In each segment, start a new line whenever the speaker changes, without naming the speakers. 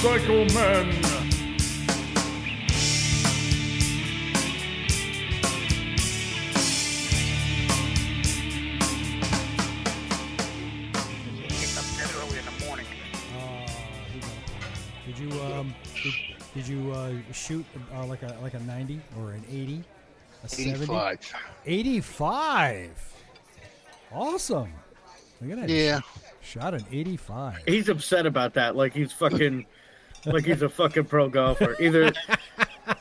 Psycho Man.
Getting up that early in the morning.
Did you um, did, did you uh, shoot uh, like a like a ninety or an eighty, a 70?
85.
85. Awesome. Look at that.
Yeah.
Shot an 85.
He's upset about that. Like he's fucking, like he's a fucking pro golfer. Either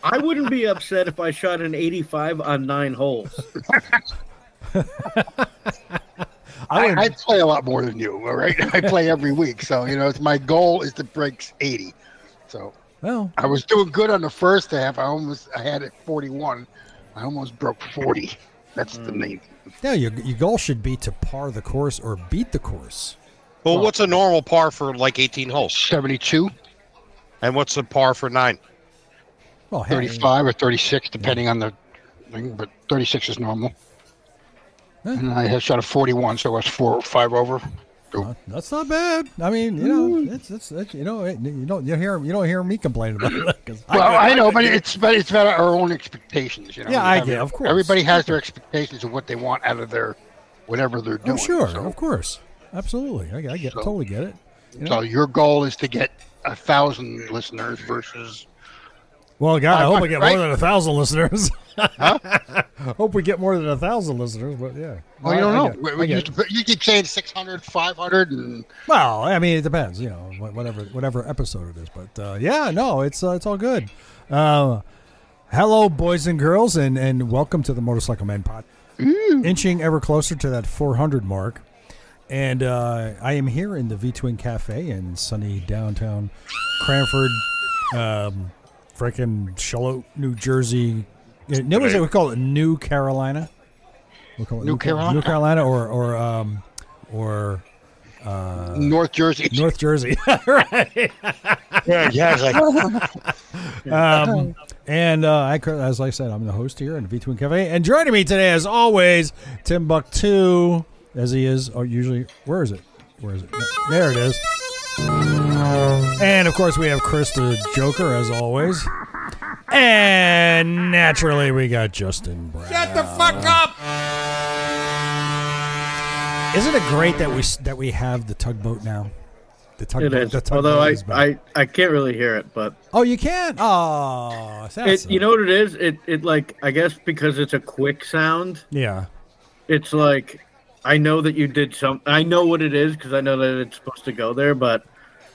I wouldn't be upset if I shot an 85 on nine holes.
I
I,
wouldn't-
I play a lot more than you, all right? I play every week. So, you know, it's my goal is to break 80. So
well,
I was doing good on the first half. I almost I had it 41. I almost broke 40. That's
Hmm.
the main.
yeah, your, your goal should be to par the course or beat the course.
Well, what's a normal par for like 18 holes?
72,
And what's a par for nine?
Well, hey,
35, or 36, depending on the thing, but 36 is normal.
Yeah.
And I had shot a 41, so I was four or five over.
uh, that's not bad. I mean, you know, it's, it's, it's you know, it, you don't you hear you don't hear me complain about it 'cause I-
Well, I know, but it's but it's about our own expectations, you know.
Yeah,
We
I
have-
get- of course.
Everybody has their expectations of what they want out of their whatever they're
oh,
doing.
sure,
So,
of course, absolutely. I, I get
So-
totally get it. you
so your goal is to get a thousand listeners versus
Well, God, I
Five
hope we
bucks,
get
right?
more than a thousand listeners. hope we get more than a thousand listeners, but yeah.
well, you
No,
don't
Oh, I- I
know.
get it.
We-
I
we
get
used
it.
to put- you keep saying 600, 500, and
Well, I mean, it depends, you know, wh- whatever whatever episode it is. But uh, yeah, no, it's uh, it's all good. Uh, hello, boys and girls, and and welcome to the Motorcycle Man Pod.
Mm.
Inching ever closer to that 400 mark, and uh, I am here in the V Twin Cafe in sunny downtown Cranford, um, freaking Charlotte, New Jersey. Uh, No, what is it? We call it New Carolina. We call it
New Carolina?
New Carolina, or or um, or
North Jersey.
Uh, North Jersey, right?
Yeah, yeah. It's like,
Um, and uh, I, cou- as I said, I'm the host here in V Twin Cafe, and joining me today, as always, Timbuktu, as he is oh, usually. Where is it? Where is it? There it is. And of course, we have Chris the Joker, as always. And naturally, we got Justin Brown. Shut the fuck up! Isn't it great that we s- that we have the tugboat now? The
It
tugboat.
is.
the tugboat
Although I,
is back.
I, I can't really hear it, but
Oh, you can. Oh, that's
it, you know what it is? It, it like I guess because it's a quick sound.
Yeah.
It's like I know that you did some. I know what it is because I know that it's supposed to go there, but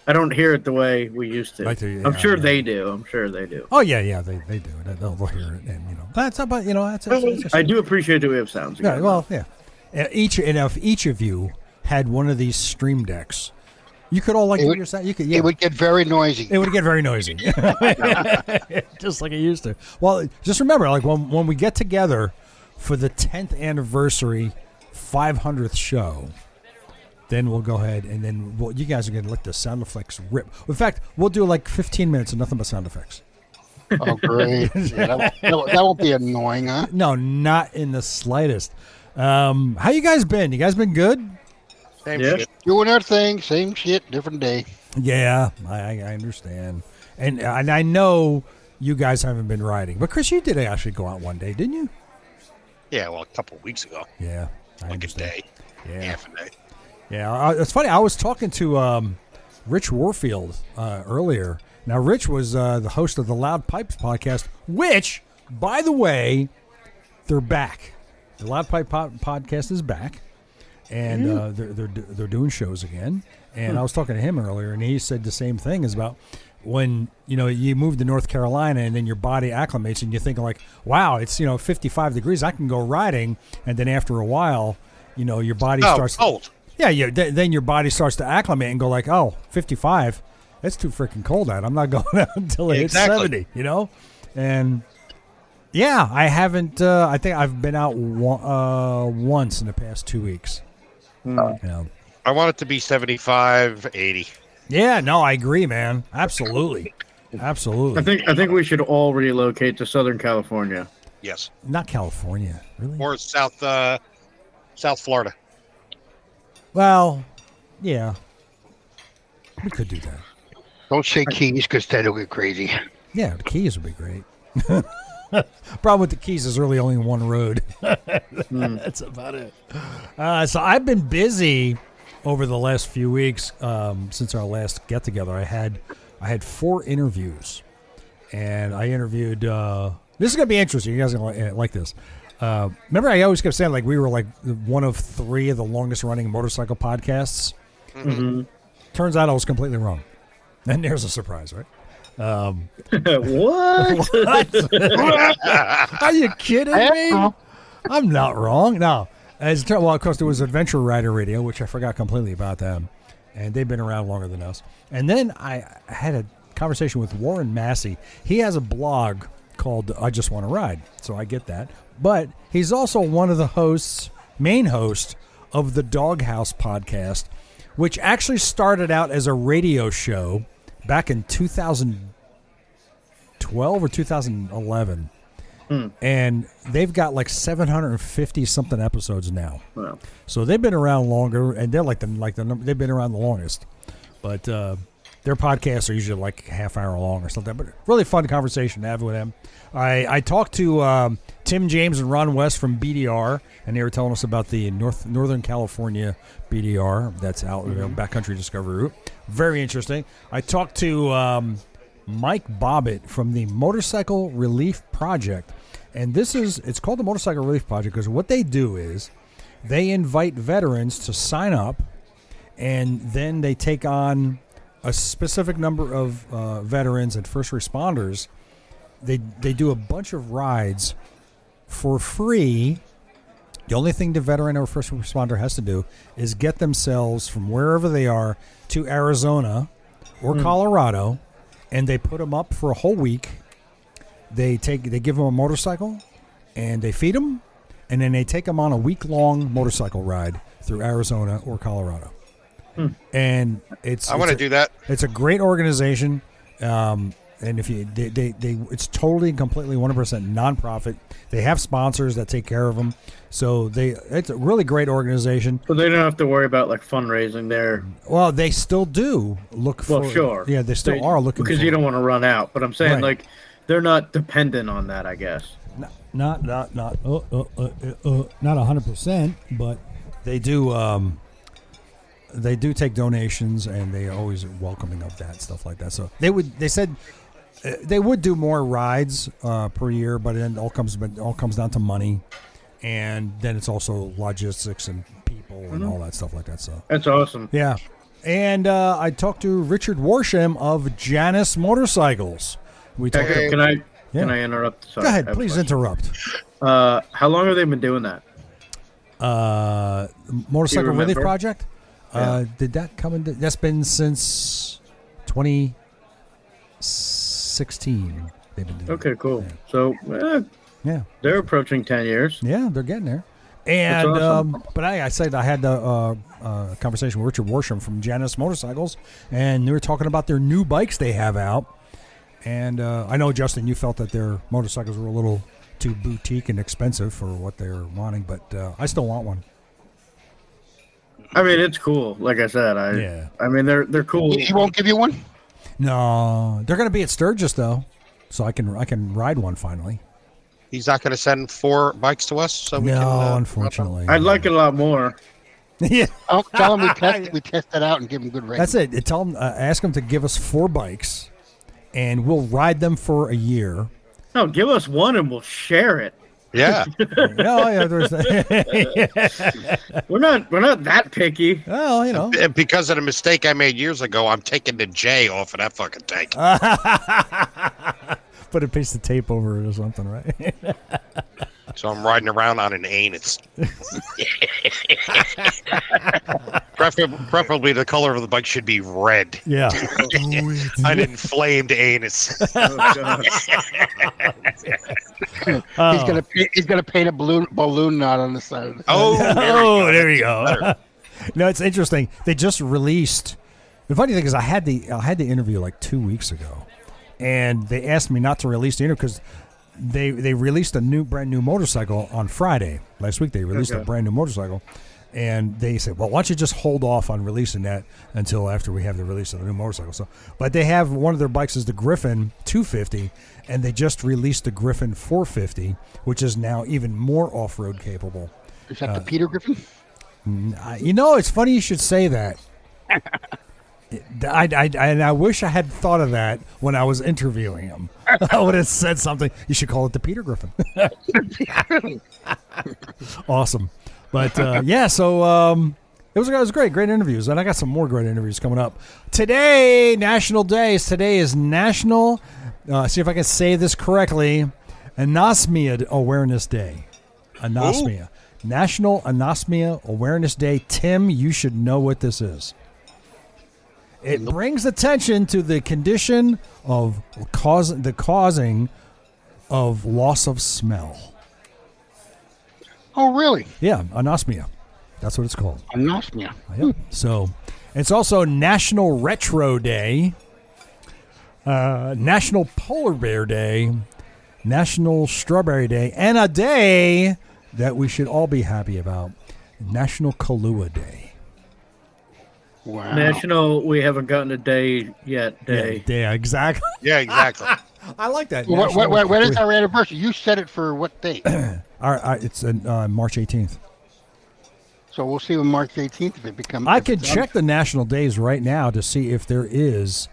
I don't hear it the way we used to.
Like the-
I'm
yeah,
sure
yeah.
they do. I'm sure they do.
Oh, yeah, yeah. They, they do. They- They'll, they'll hear it, and you know that's about you know that's. that's, that's
I do appreciate that we have sounds.
yeah.
again.
Well, yeah. And each and if each of you had one of these stream decks, you could all like
It
do
would-
your sound. You could. Yeah.
It would get very noisy.
it would get very noisy, just like it used to. Well, just remember, like when when we get together for the tenth anniversary, five hundredth show, then we'll go ahead and then we'll, you guys are going to let the sound effects rip. In fact, we'll do like fifteen minutes of nothing but sound effects.
Oh, great. Yeah, that, won't- that won't- that won't be annoying, huh?
No, not in the slightest. Um, how you guys been? You guys been good?
same
Yeah.
shit.
Doing our thing, same shit, different day.
Yeah, I, I I understand, and and I know you guys haven't been riding, but Chris, you did actually go out one day, didn't you?
Yeah, well, a couple weeks ago.
Yeah, I
Like a
understand.
day.
Yeah,
Half a day.
yeah. I, it's funny. I was talking to um, Rich Warfield uh, earlier. Now, Rich was uh, the host of the Loud Pipes podcast, which, by the way, they're back. The Loud Pipe po- podcast is back, and
Mm-hmm.
uh, they're they're do- they're doing shows again. And
Hmm.
I was talking to him earlier, and he said the same thing is about when you know you move to North Carolina, and then your body acclimates, and you think like, wow, it's you know 55 degrees, I can go riding, and then after a while, you know your body
Oh,
starts
cold.
yeah, yeah. Th- then your body starts to acclimate and go like, oh, 55. That's too freaking cold out. I'm not going out until it
Exactly.
hits 70, you know? And yeah, I haven't, uh, I think I've been out one, uh, once in the past two weeks.
Hmm.
You know?
I want it to be 75, 80.
Yeah, no, I agree, man. Absolutely.
I
Absolutely.
think I think we should all relocate to Southern California.
Yes.
Not California, really?
Or South, uh, South Florida.
Well, yeah. We could do that.
Don't say keys because that'll get crazy.
Yeah, the keys would be great. Problem with the keys is really only one road. That's about it. Uh, so I've been busy over the last few weeks um, since our last get together. I had I had four interviews, and I interviewed. Uh, this is gonna be interesting. You guys are gonna li- eh, like this. Uh, remember, I always kept saying like we were like one of three of the longest running motorcycle podcasts. Turns out I was completely wrong. And there's a surprise, right?
what?
Are you kidding me?
Uh-oh.
I'm not wrong. No, as it turned- well, of course, there was Adventure Rider Radio, which I forgot completely about them, and they've been around longer than us. And then I had a conversation with Warren Massey. He has a blog called "I Just Want to Ride," so I get that. But he's also one of the hosts, main host of the Doghouse podcast, which actually started out as a radio show back in 2012 or 2011 and they've got like 750 something episodes now.
Wow.
So they've been around longer, and they're like the like the num- they've been around the longest. But uh, their podcasts are usually like half hour long or something. But really fun conversation to have with them. I I talked to um, Tim James and Ron West from BDR, and they were telling us about the North Northern California BDR that's out you know, backcountry discovery route. Very interesting. I talked to. Um, Mike Bobbitt from the Motorcycle Relief Project. And this is, it's called the Motorcycle Relief Project because what they do is they invite veterans to sign up and then they take on a specific number of uh, veterans and first responders. They, they do a bunch of rides for free. The only thing the veteran or first responder has to do is get themselves from wherever they are to Arizona or Colorado, and they put them up for a whole week. They take they give them a motorcycle, and they feed them, and then they take them on a week long motorcycle ride through Arizona or Colorado. And it's
I want to
it's a-
do that.
it's a great organization, um, and if you they, they, they it's totally and completely one hundred percent nonprofit. They have sponsors that take care of them, so they it's a really great organization.
So they don't have to worry about like fundraising there.
Well, they still do look for
Well, sure.
yeah they still are looking
because
for
you don't want to run out. But I'm saying
Right.
like they're not dependent on that. I guess.
not not not uh, uh, uh, uh, not hundred percent, but they do um, they do take donations and they always are welcoming of that stuff like that. So they would they said uh, they would do more rides uh, per year, but it all comes but it all comes down to money, and then it's also logistics and people and all that stuff like that. So
That's awesome.
yeah. And uh, I talked to Richard Warsham of Janus Motorcycles. We talked.
Hey.
Can I?
Yeah.
Can I interrupt? Sorry,
Go ahead,
I have a
please
question.
interrupt.
Uh, how long have they been doing that?
uh, motorcycle relief
remember?
project. Uh, Did that come into? That's been since 2016. They've been doing. it.
Okay, cool. So eh,
Yeah,
they're approaching ten years.
yeah, they're getting there. And
awesome.
um, but I, I said I had the uh, uh, conversation with Richard Warsham from Janus Motorcycles, and they were talking about their new bikes they have out. And uh, I know Justin, you felt that their motorcycles were a little too boutique and expensive for what they're wanting, but uh, I still want one.
I mean, it's cool. Like I said, I.
Yeah.
I mean, they're they're cool.
He won't give you one.
No, they're going to be at Sturgis though, so I can I can ride one finally.
He's not going to send four bikes to us, so we
no,
can. uh,
unfortunately,
I'd like it a lot more.
yeah,
I'll Oh, tell him we test we test that out and give him good rating.
that's it. You Tell them, uh, ask them to give us four bikes, and we'll ride them for a year.
No, give us one and we'll share it.
Yeah,
no, Oh, yeah, there's
We're not we're not that picky.
well, you know,
and because of the mistake I made years ago, I'm taking the J off of that fucking tank.
put a piece of tape over it or something, right?
so I'm riding around on an anus. preferably, preferably, the color of the bike should be red.
yeah.
An inflamed anus.
Oh, God.
He's gonna pa- he's gonna paint a balloon balloon knot on the side of it.
Oh, there
Oh.
we
oh,
go.
there you go. no, it's interesting. They just released. The funny thing is, I had the I had the interview like two weeks ago, and they asked me not to release the interview because they they released a new brand new motorcycle on Friday last week. They released a
Okay.
brand new motorcycle, and they said, "Well, why don't you just hold off on releasing that until after we have the release of the new motorcycle?" So, but they have one of their bikes is the Griffin 250, and they just released the Griffin 450, which is now even more off-road capable.
Is that the Peter Griffin?
Uh, you know, it's funny you should say that. I, I, I- and I wish I had thought of that when I was interviewing him. I would have said something. You should call it the Peter Griffin. awesome. But uh, yeah, so um, it was it was great, great interviews, and I got some more great interviews coming up today. National days today is National. Uh, see if I can say this correctly. Anosmia Awareness Day. Anosmia. National Anosmia Awareness Day. Tim, you should know what this is. It brings attention to the condition of cause, the causing of loss of smell.
Oh, really?
Yeah, anosmia. That's what it's called.
Anosmia.
Yep. So it's also National Retro Day, uh, National Polar Bear Day, National Strawberry Day, and a day that we should all be happy about National Kahlua Day.
Wow.
National, we haven't gotten a day yet.
Yeah,
Day.
day, exactly.
Yeah, exactly.
I like that.
Well, what, what, what, what is
our,
our anniversary? You said it for what date?
our- It's uh, March 18th.
so we'll see on March 18th if it becomes.
I
if
could
it's on-
check the national days right now to see if there is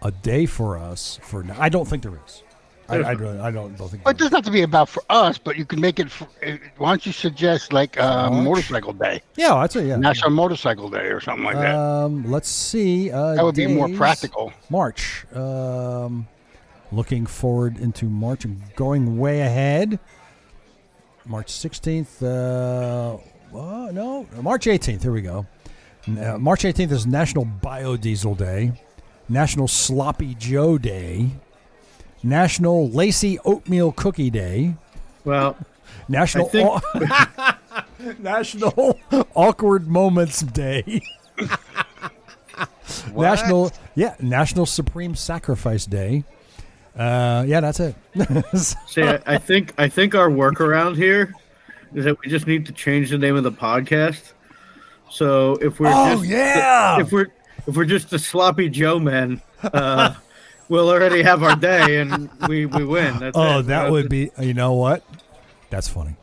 a day for us. For I don't think there is. I, I, don't, I don't don't think.
Well, it
there is.
doesn't have to be about for us, but you can make it. For, uh, why don't you suggest like uh,
March?
Motorcycle Day,
Yeah, I'd say yeah.
National Motorcycle Day, or something like that?
Um, let's see. Uh,
That would be more
days.
practical.
March. Um, looking forward into March and going way ahead. March 16th. Uh, uh, no, March 18th. Here we go. N- uh, March 18th is National Biodiesel Day, National Sloppy Joe Day, National Lacey Oatmeal Cookie Day,
Well, I
National
think-
National Awkward Moments Day. National yeah, National Supreme Sacrifice Day. Uh, yeah, that's it.
see, I, I think I think our workaround here is that we just need to change the name of the podcast. So if we're
oh
just,
yeah.
if we're if we're just the sloppy Joe men, uh, we'll already have our day and we we win. That's
Oh,
it.
that would be you know what? That's funny.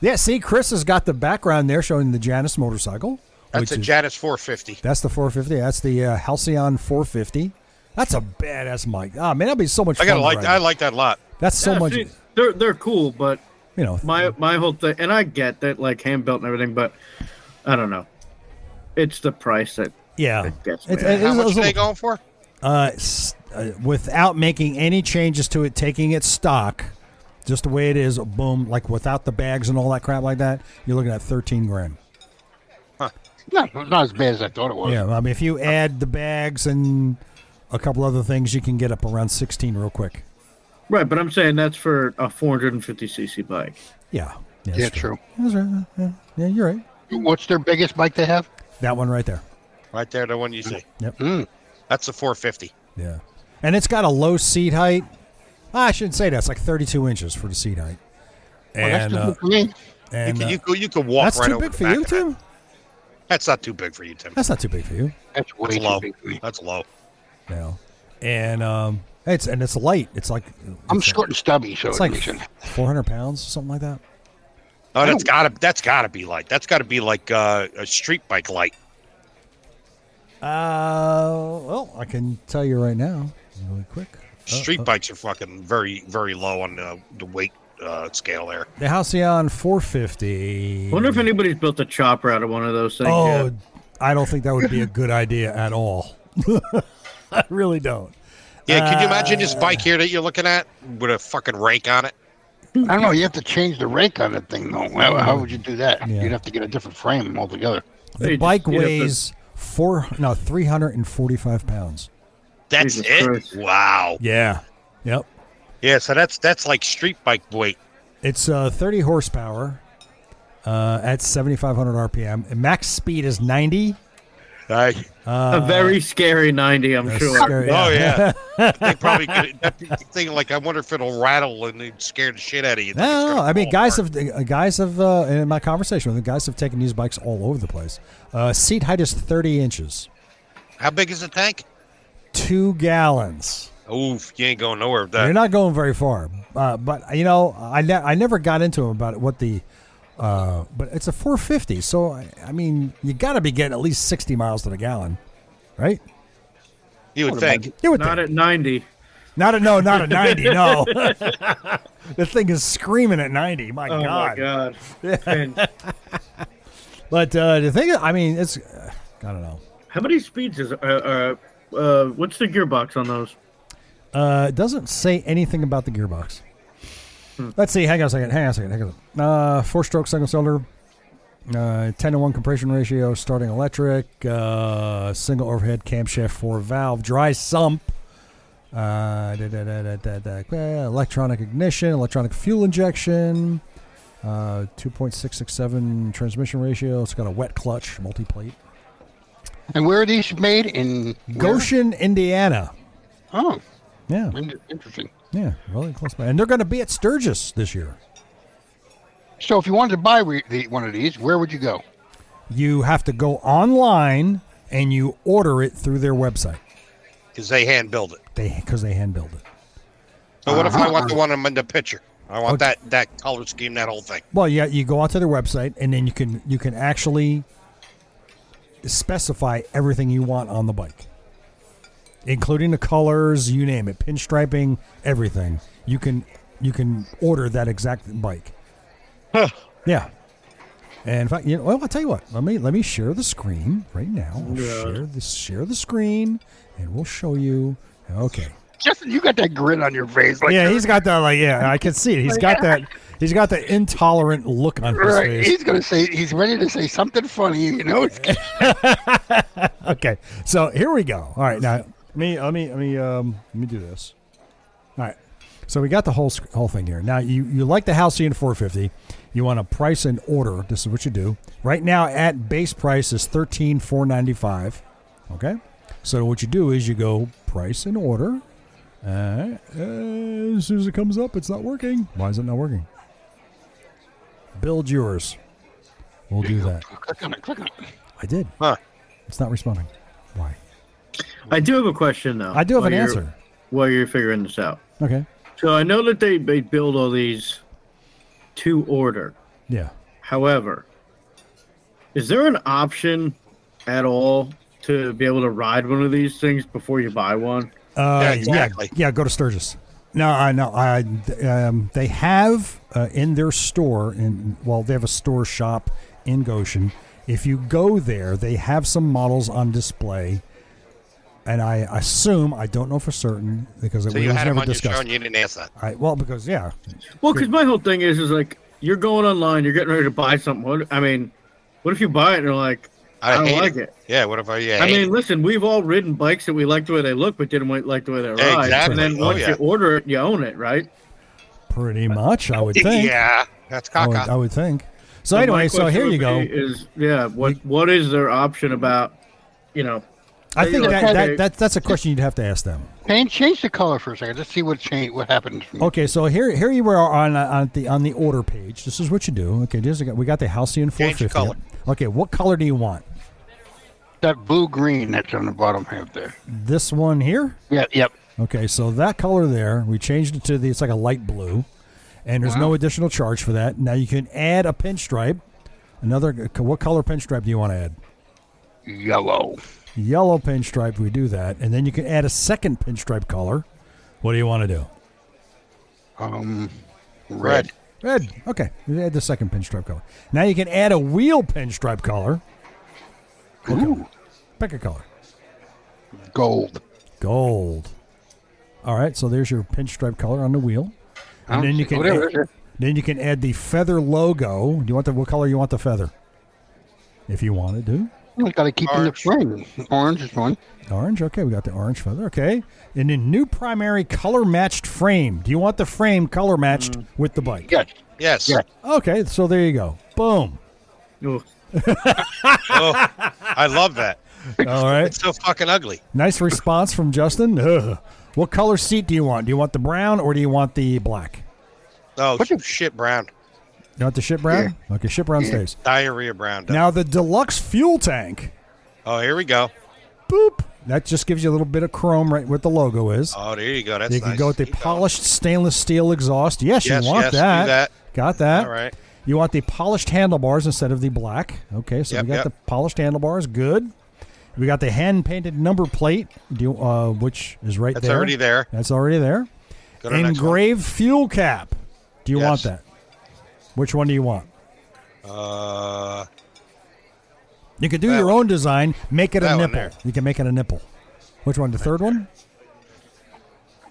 Yeah, see Chris has got the background there showing the Janus motorcycle.
That's a
which is-
Janus 450.
That's the 450. That's the uh, Halcyon 450. That's a badass mic. Ah, man, that'd be so much
I
fun.
gotta
to
like.
ride.
I like that a lot.
That's so
Yeah,
much.
see, they're they're cool, but
you know,
my my whole thing, and I get that like hand built and everything, but I don't know. It's the price that
yeah.
gets me.
It's- it
How
is-
much
it's a
are they
little-
going for?
uh, s- uh, without making any changes to it, taking it stock, just the way it is, boom, like without the bags and all that crap like that, you're looking at 13 grand.
Not, not as bad as I thought it was.
Yeah, I mean, if you add the bags and a couple other things, you can get up around 16 real quick.
right. But I'm saying that's for a 450 cc bike.
Yeah.
Yeah,
that's
true.
That's right. Yeah, yeah, you're right.
What's their biggest bike they have?
That one right there.
Right there, the one you see. Hmm.
Yep.
That's the 450.
Yeah. And it's got a low seat height. Ah, I shouldn't say that. It's like 32 inches for the seat height.
Well, that's
And,
too
uh,
big for me.
You
and
can,
uh,
you, can, you can walk
that's
right
too
over
big
the
for
back
you,
of that.
Tim?
That's not too big for you, Tim.
That's not too big for you.
That's way
That's
too
low.
big for me.
That's low.
now, and um, it's and it's light. It's like
I'm
it's like-
short and stubby, so
It's
it
like
makes sense.
four hundred pounds, something like that.
Oh, that's gotta. That's gotta be like. That's gotta be like uh, a street bike light.
Uh, well, I can tell you right now, really quick. Uh, oh.
Street bikes are fucking very, very low on the, the weight uh, scale there.
The Halcyon four fifty.
I wonder if anybody's built a chopper out of one of those things.
Oh,
yet.
I don't think that would be a good idea at all. I really don't.
Yeah, can you imagine
Uh,
this bike here that you're looking at with a fucking rake on it?
I don't know. You have to change the rake on that thing, though. How, how would you do that?
Yeah.
You'd have to get a different frame altogether.
The
Hey, just-
bike
you'd have to-
weighs four no three hundred and forty five pounds.
That's
Jesus
it.
Christ.
Wow.
Yeah. Yep.
Yeah, so that's that's like street bike weight.
It's uh, 30 horsepower uh, at 7,500 RPM. And max speed is 90.
I,
a very scary 90, I'm
That's
sure.
uh, scary.
oh yeah, they probably could, that thing like I wonder if it'll rattle and it scared the shit out of you.
No, no, I mean,
Fall
guys
apart.
have uh, guys have uh, in my conversation with them, guys have taken these bikes all over the place. Uh, seat height is thirty inches,
How big is the tank?
two gallons.
Oof, you ain't going nowhere with
You're
that.
not going very far, uh, but you know, I ne- I never got into them about what the, uh, but it's a 450, so I, I mean, you got to be getting at least 60 miles to the gallon, right?
You would think.
You would
Not
think.
at 90.
not a no, not a 90, no. the thing is screaming at 90. My
Oh,
God.
my God. And
But uh, the thing, I mean, it's uh, I don't know.
how many speeds is. Uh, uh, uh, what's the gearbox on those?
Uh, it doesn't say anything about the gearbox. Let's see. Hang on a second. Hang on a second. Hang on. A second. Uh, four-stroke single cylinder, uh, ten to one compression ratio, starting electric, uh, single overhead camshaft, four valve, dry sump, uh, da, da, da, da, da, da, uh, electronic ignition, electronic fuel injection, uh, two point six six seven transmission ratio. It's got a wet clutch, multi-plate.
And where are these made? In where?
Goshen, Indiana.
Oh,
Yeah,
in- interesting.
yeah, really close by. And they're going to be at Sturgis this year.
So if you wanted to buy re- the, one of these, where would you go?
you have to go online and you order it through their website.
Because they hand build it.
They because they hand build it.
But what if I want the one I'm in the picture? I want
Uh-huh. Okay.
that that color scheme, that whole thing.
Well, yeah, you go onto their website and then you can you can actually specify everything you want on the bike, including the colors, you name it, pinstriping, everything. You can you can order that exact bike. Yeah. And in fact, you know, well, I'll tell you what. Let me let me share the screen right now. I'll
Yeah.
Share this share the screen, and we'll show you. Okay.
Justin, you got that grin on your face. Like,
yeah, he's got that. Like, yeah, I can see it. He's got that. He's got the intolerant look on his
right.
face.
He's gonna say he's ready to say something funny. You know, it's
Okay, so here we go. All right, now let me let me let me um let me do this. All right, so we got the whole sc- whole thing here. Now you you like the house in 450. You want to price and order. This is what you do. Right now at base price is thirteen four ninety five. Okay, so what you do is you go price and order. All right. Uh, as soon as it comes up, it's not working. Why is it not working? Build yours. We'll do that.
click on it. Click on it.
I did.
Huh.
It's not responding. Why?
I do have a question, though.
I do have
while
an
you're-
answer.
While you're figuring this out.
Okay.
So I know that they, they build all these to order.
Yeah.
However, is there an option at all to be able to ride one of these things before you buy one?
Uh,
Yeah, exactly.
Yeah, yeah, go to Sturgis. No, I know. I um, they have uh, in their store in well, they have a store shop in Goshen. If you go there, they have some models on display, and I assume I don't know for certain because it
So
was
you had him
never
on your show
discussed.
and you didn't ask that.
I, well, because yeah,
Well, because my whole thing is is like you're going online, you're getting ready to buy something. What, I mean, what if you buy it and you're like, I, don't
hate
like it.
Yeah, what if I? Yeah,
I mean, listen, we've all ridden bikes that we liked the way they look, but didn't like the way they ride.
Exactly.
And then
Oh,
once
yeah.
you order it, you own it, right?
pretty much I would think.
yeah, that's
I would,
caca.
I would think. So
my
anyway, so
question
here
would
you go.
be uh, Is yeah, what what is their option about? You know,
I think
Look,
that,
okay.
that, that that's a question you'd have to ask them.
Pain, change the color for a second. Let's see what change what happens.
Okay, so here here you are on uh, on the on the order page. This is what you do. Okay, just we got the Halcyon
Change
450.
the color.
Okay, what color do you want?
That blue green that's on the bottom half there.
This one here.
Yep, yep.
Okay, so that color there, we changed it to the it's like a light blue, and there's no
Wow.
additional charge for that. Now you can add a pinstripe. Another uh, what color pinstripe do you want to add?
Yellow.
Yellow pinstripe. We do that, and then you can add a second pinstripe color. What do you want to do?
Um,
Red.
red.
Red. Okay. You Add the second pinstripe color. Now you can add a wheel pinstripe color.
Ooh,
Pick a color.
gold.
Gold. All right. So there's your pinstripe color on the wheel. And
Um,
then you can
whatever.
add, then you can add the feather logo. Do you want the what color you want the feather? If you want to do
We gotta keep in the frame. Orange is one.
orange. Okay, we got the orange feather. Okay, and then new primary color matched frame. Do you want the frame color matched with the bike?
Yes.
yes.
Hmm. Yeah.
Okay, so there you go. Boom.
oh,
Oh, I love that.
All right.
It's so fucking ugly.
Nice response from Justin. Ugh. What color seat do you want? Do you want the brown or do you want the black?
Oh
What the-
shit, brown
You want the shit brown? Okay, shit brown stays.
diarrhea, brown. dust.
Now the deluxe fuel tank.
oh, here we go.
Boop. That just gives you a little bit of chrome right where the logo is.
Oh, there you go. That's
you can
nice.
go with the
Keep going.
polished stainless steel exhaust. Yes,
Yes,
you want
yes, do
that.
that.
Got that.
All right.
You want the polished handlebars instead of the black. Okay, so
Yep,
we got
yep.
the polished handlebars. Good. We got the hand painted number plate, do you- uh, which is right
That's
there.
already there.
That's already there.
Go to the next one.
Engraved fuel cap. Do you want
Yes.
that? Which one do you want?
Uh,
You could do
That
your
one.
own design. Make it a
That one
nipple.
there.
You can make it a nipple. Which one? The third one?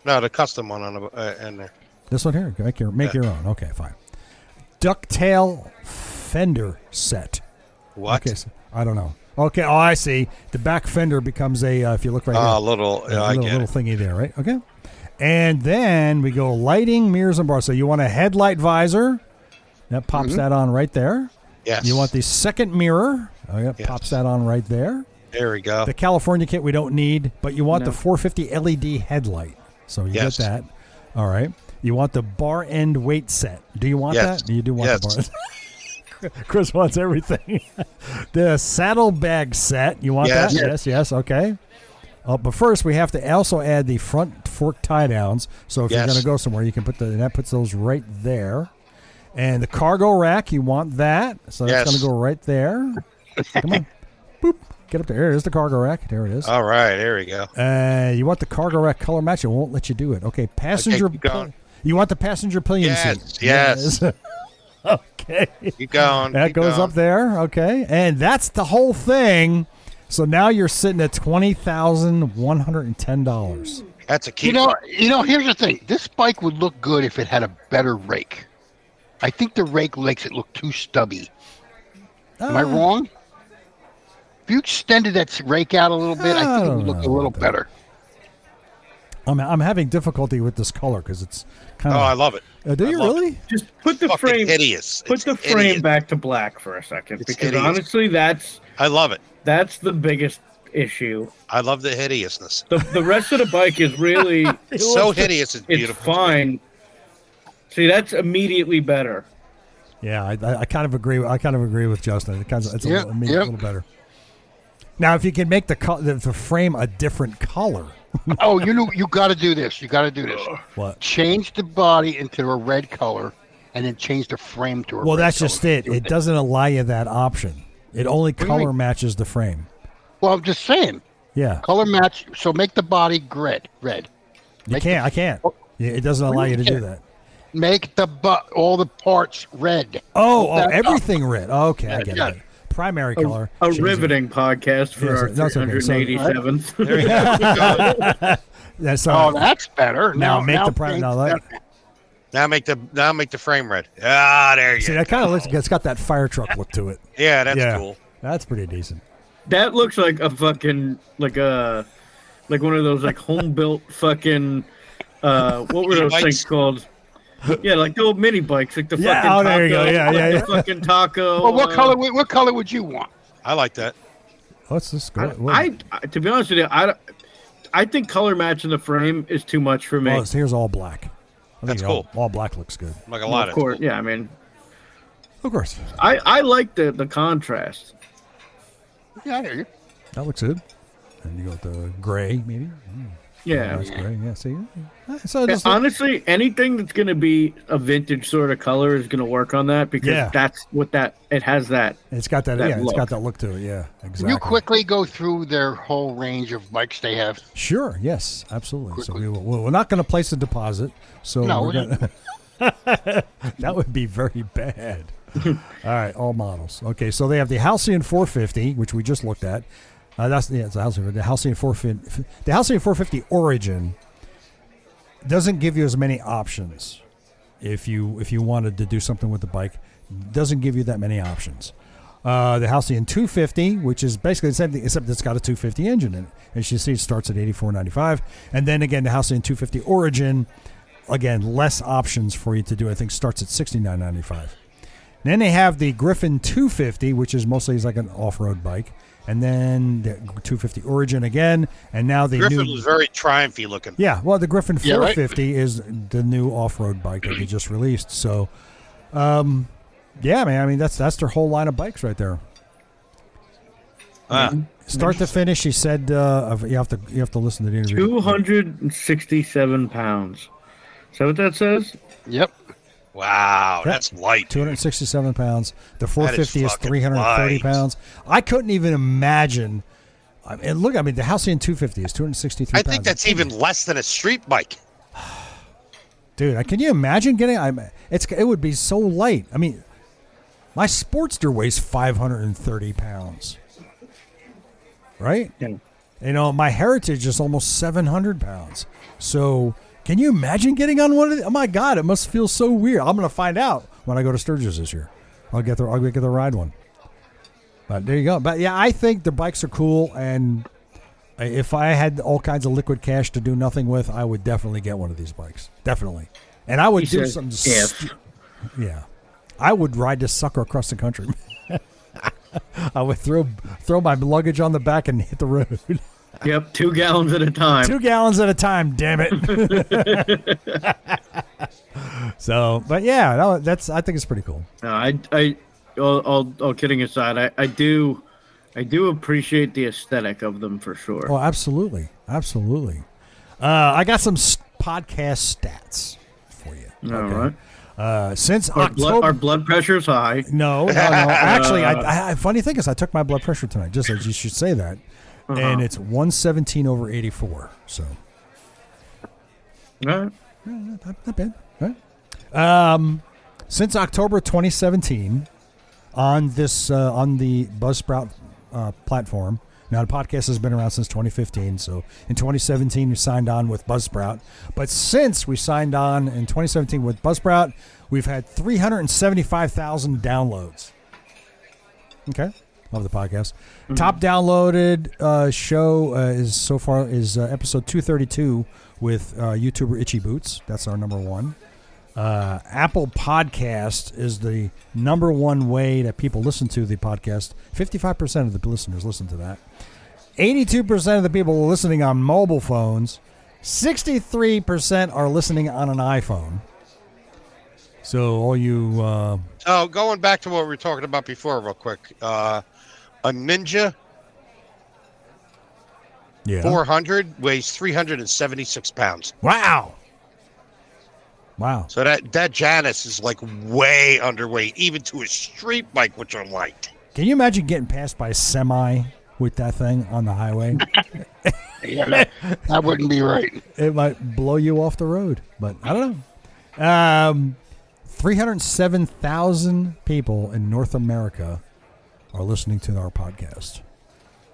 no, the custom one on the uh, in there.
This one here. Make your make
Yeah.
your own. Okay, fine. Ducktail fender set.
What?
Okay, so, I don't know. Okay, oh, I see. The back fender becomes a. Uh, if you look right
Uh,
here,
little.
a
yeah, I
little,
get
little
it.
thingy there, right? Okay. And then we go lighting, mirrors, and bars. So you want a headlight visor? That pops that on right there.
Mm-hmm. Yes.
You want the second mirror? Oh, yeah,
Yes.
pops that on right there.
There we go.
The California kit we don't need, but you want
No.
the 450 LED E headlight. So you
Yes.
get that. All right. You want the bar end weight set. Do you want
Yes.
that? You do want the
Yes.
bar. Chris wants everything. the saddlebag set. You want
Yes.
that? Yes, yes. Okay. Uh, but first, we have to also add the front fork tie downs. So if you're
Yes.
going to go somewhere, you can put the and that puts those right there. And the cargo rack, you want that? So that's
Yes.
going to go right there. Come on, boop, get up there. There it is the cargo rack. There it is.
All right. There we go.
Uh, you want the cargo rack color match? It won't let you do it. Okay, passenger.
keep going.
you want the passenger pillion
Yes,
seat?
yes.
Yes. okay,
Keep going.
that
keep
goes
going.
up there. Okay, and that's the whole thing. So now you're sitting at twenty thousand one hundred and ten dollars.
That's a key.
You know, you know. Here's the thing: this bike would look good if it had a better rake. I think the rake makes it look too stubby. Am
Oh.
I wrong? If you extended that rake out a little bit, I
I
think it
don't
would look a
know
little
about that.
better.
I'm, I'm having difficulty with this color because it's kind
oh,
of.
I love it.
Uh, do
I
you
love it.
really?
Just put the
Fucking
frame.
hideous.
Put
It's
the frame
hideous.
back to black for a second,
It's
because
hideous.
honestly, that's
I love it.
that's the biggest issue.
I love the hideousness.
The the rest of the bike is really
It's so hideous. It's
it's
beautiful.
fine. See, that's immediately better.
Yeah, I, I I kind of agree. I kind of agree with Justin. It kind of, it's a,
Yep,
little, I mean,
yep.
a little better. Now, if you can make the, co- the the frame a different color,
oh, you know, you got to do this. You got to do this.
what?
Change the body into a red color, and then change the frame to a.
Well,
red
that's just
color.
it. It doesn't allow you that option. It only
do you mean?
color matches the frame.
Well, I'm just saying,
Yeah,
color match. So make the body red. Red.
you can't. I can't. Yeah, It doesn't allow
do
you to
you
do
mean?
that.
Make the but all the parts red.
Oh,
That's
oh,
up.
everything red. Oh, okay, I
Yeah,
get
yeah.
it. Primary
A,
color.
a
Change it.
riveting podcast for
Yes,
our
that's okay. So-
387th.
That's
Oh,
not.
that's better.
now,
Now
make the prime.
change
Now, that,
Now make the now make the frame red. Ah, there you
see,
go.
that kind of looks. It's got that fire truck look to it.
Yeah, that's
yeah,
cool.
that's pretty decent.
That looks like a fucking like a like one of those like home built fucking uh what were
Mini
those
bikes?
things called? Yeah, like the old mini bikes, like the
Yeah,
fucking
oh,
taco,
there you go. Yeah,
like
yeah,
the
yeah.
fucking taco.
Well, what
uh,
color? would- What color would you want?
I like that.
What's this?
I,
What-
I- I- to be honest with you, I I think color match in the frame is too much for me.
Oh, so here's all black. I think
That's
all-
cool.
All, black looks good.
Like a lot
of
of
course, yeah. I mean,
Of course,
I I like the the contrast.
Yeah, I hear you.
that looks good. And you got the gray, maybe. Mm,
Yeah.
nice gray. Yeah. See. Uh, So
Yeah,
just look-
Honestly, anything that's going to be a vintage sort of color is going to work on that because
Yeah.
that's what that it has that
it's got that.
that
yeah, it's got
look.
that look to it. Yeah.
Can
Exactly.
you quickly go through their whole range of bikes they have?
Sure. Yes. Absolutely. So
Quickly.
we will, well, we're not going to place a deposit. So
No,
we're
we're
gonna, that would be very bad. all right. All models. Okay. So they have the Halcyon 450, which we just looked at. Uh, that's yeah, it's the Halcyon. The Halcyon 450. The Halcyon 450 Origin doesn't give you as many options if you if you wanted to do something with the bike. Doesn't give you that many options. Uh, the Halcyon 250, which is basically the same thing, except it's got a 250 engine in it. As you see, it starts at 84.95, and then again the Halcyon 250 Origin, again less options for you to do. I think starts at 69.95. Then they have the Griffin 250, which is mostly is like an off-road bike, and then the 250 Origin again, and now the
Griffin
new
was very triumphy looking.
yeah, well, the Griffin
Yeah, right.
450 is the new off-road bike that they just released. So, um, yeah, man, I mean that's that's their whole line of bikes right there,
Ah,
start to finish. He said uh, of- you have to you have to listen to the interview.
267 pounds. Is that what that says?
Yep.
wow,
Yeah.
that's light.
267 pounds. The 450 is,
fucking
330
light.
pounds. I couldn't even imagine. I mean, and look, I mean, the Halcyon 250 is 263
I think
pounds.
that's even less than a street bike.
Dude, I- can you imagine getting? I'm. It's. It would be so light. I mean, my Sportster weighs 530 pounds. Right.
Yeah.
You know, my Heritage is almost 700 pounds. So, can you imagine getting on one of? The, oh my God, it must feel so weird. I'm gonna find out when I go to Sturgis this year. I'll get the. I'll get the ride one. But there you go. But yeah, I think the bikes are cool, and if I had all kinds of liquid cash to do nothing with, I would definitely get one of these bikes. Definitely. And I would
He
do
says,
some.
if.
Yeah, I would ride this sucker across the country. I would throw throw my luggage on the back and hit the road.
Yep, two gallons at a time.
Two gallons at a time, damn it. so, but yeah, no, that's I think it's pretty cool.
No, I, I, all, all, all kidding aside, I, I do, I do appreciate the aesthetic of them for sure.
Oh, absolutely, absolutely. Uh, I got some s- podcast stats for you.
All
Okay.
right.
Uh, since
Our blood,
October,
our blood pressure's high.
No, no, no. Actually, I, I, funny thing is, I took my blood pressure tonight. Just as you should say that,
Uh-huh.
and it's one seventeen over eighty four. So
All right.
yeah, not, not bad. Right? Um, since October twenty seventeen, on this uh, on the Buzzsprout uh, platform. Now the podcast has been around since 2015. So in 2017 we signed on with Buzzsprout, but since we signed on in 2017 with Buzzsprout, we've had 375,000 downloads. Okay. Love the podcast. Top downloaded uh, show uh, is so far is uh, episode 232 with uh, YouTuber Itchy Boots. That's our number one. Uh, Apple Podcast is the number one way that people listen to the podcast. 55% of the listeners listen to that. 82% of the people are listening on mobile phones. 63% are listening on an iPhone. So all you uh,
Oh, going back to what we were talking about before, real quick. Uh, a Ninja
yeah.
400 weighs 376 pounds.
Wow. Wow.
So that that Janus is like way underweight, even to a street bike, which are light.
Can you imagine getting passed by a semi with that thing on the highway?
Yeah, that, that wouldn't be right.
it might blow you off the road, but I don't know. Um, 307,000 people in North America are listening to our podcast.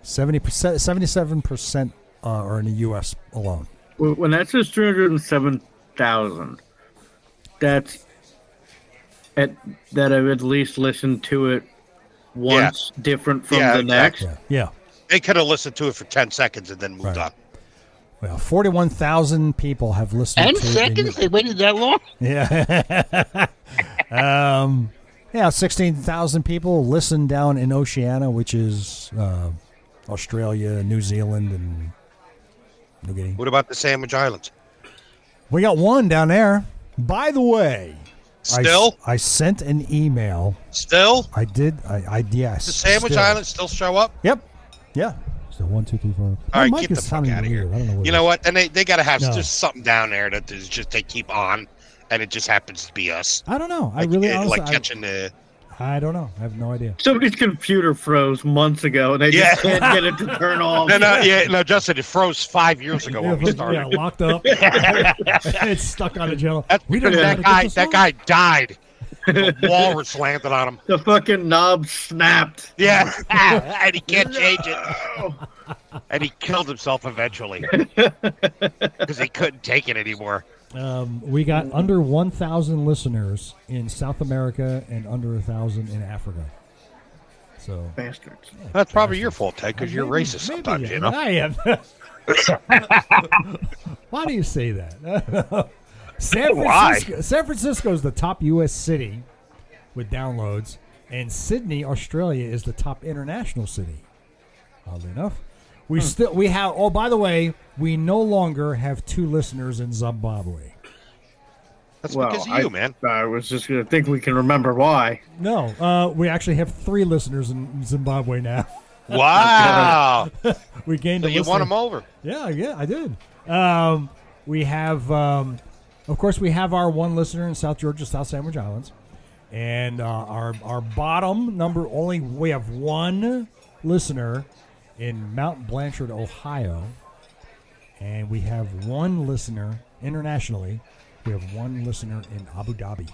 70%, 77% uh, are in the U.S. alone.
When when that says two hundred and seven thousand, that's at that I've at least listened to it once, different from
Yeah,
the next.
exactly.
Yeah. Yeah.
They could have listened to it for 10 seconds and then
Right.
moved on.
Well, 41,000 people have listened
Ten
to it in-
seconds? They waited that long?
Yeah. um, yeah, 16,000 people listen down in Oceania, which is uh, Australia, New Zealand, and New Guinea.
What about the Sandwich Islands?
We got one down there. By the way, I s-
Still,
I, sent an email.
still,
I did. I, I yes.
the Sandwich
still.
Islands still show up.
Yep. Yeah. So one, two, three, four.
All
My
right,
mic
get
is
the fuck
sounding
outta here.
weird. I don't know what
You
it is.
know what? And they, they got to have
No.
there's something down there that is just they keep on, and it just happens to be us.
I don't know. I
Like,
really
eh,
honestly,
like catching the.
I, I don't know. I have no idea.
Somebody's computer froze months ago, and they
Yeah.
just can't get it to turn off.
No, no, yeah, no, Justin, it froze five years ago when we started.
Yeah, locked up. it's stuck on a channel.
That's
We
because
don't know how
that
to get
guy,
this
that
on.
guy died. A walrus landed on him.
The fucking knob snapped.
Yeah, and he can't change it. And he killed himself eventually because he couldn't take it anymore.
Um, we got under 1,000 listeners in South America and under 1,000 in Africa. So
Bastards.
That's probably your fault, Ted, because you're
Maybe-
racist
maybe
sometimes, you
it-
know.
I am. Why do you say that? San
Why?
Francisco, San Francisco is the top U.S. city
with downloads, and Sydney, Australia, is the top international city. Oddly enough, we
Hmm.
still we have. Oh, by the way, we no longer have two listeners in Zimbabwe.
That's
Well,
because of
I-
you, man.
I was just gonna think we can remember why.
No, uh, we actually have three listeners in Zimbabwe now.
Wow.
We gained.
so
a
you
listener.
won them over.
Yeah, yeah, I did. Um, we have, um, of course, we have our one listener in South Georgia, South Sandwich Islands, and uh, our our bottom number only we have one listener in Mount Blanchard, Ohio, and we have one listener internationally. We have one listener in Abu Dhabi.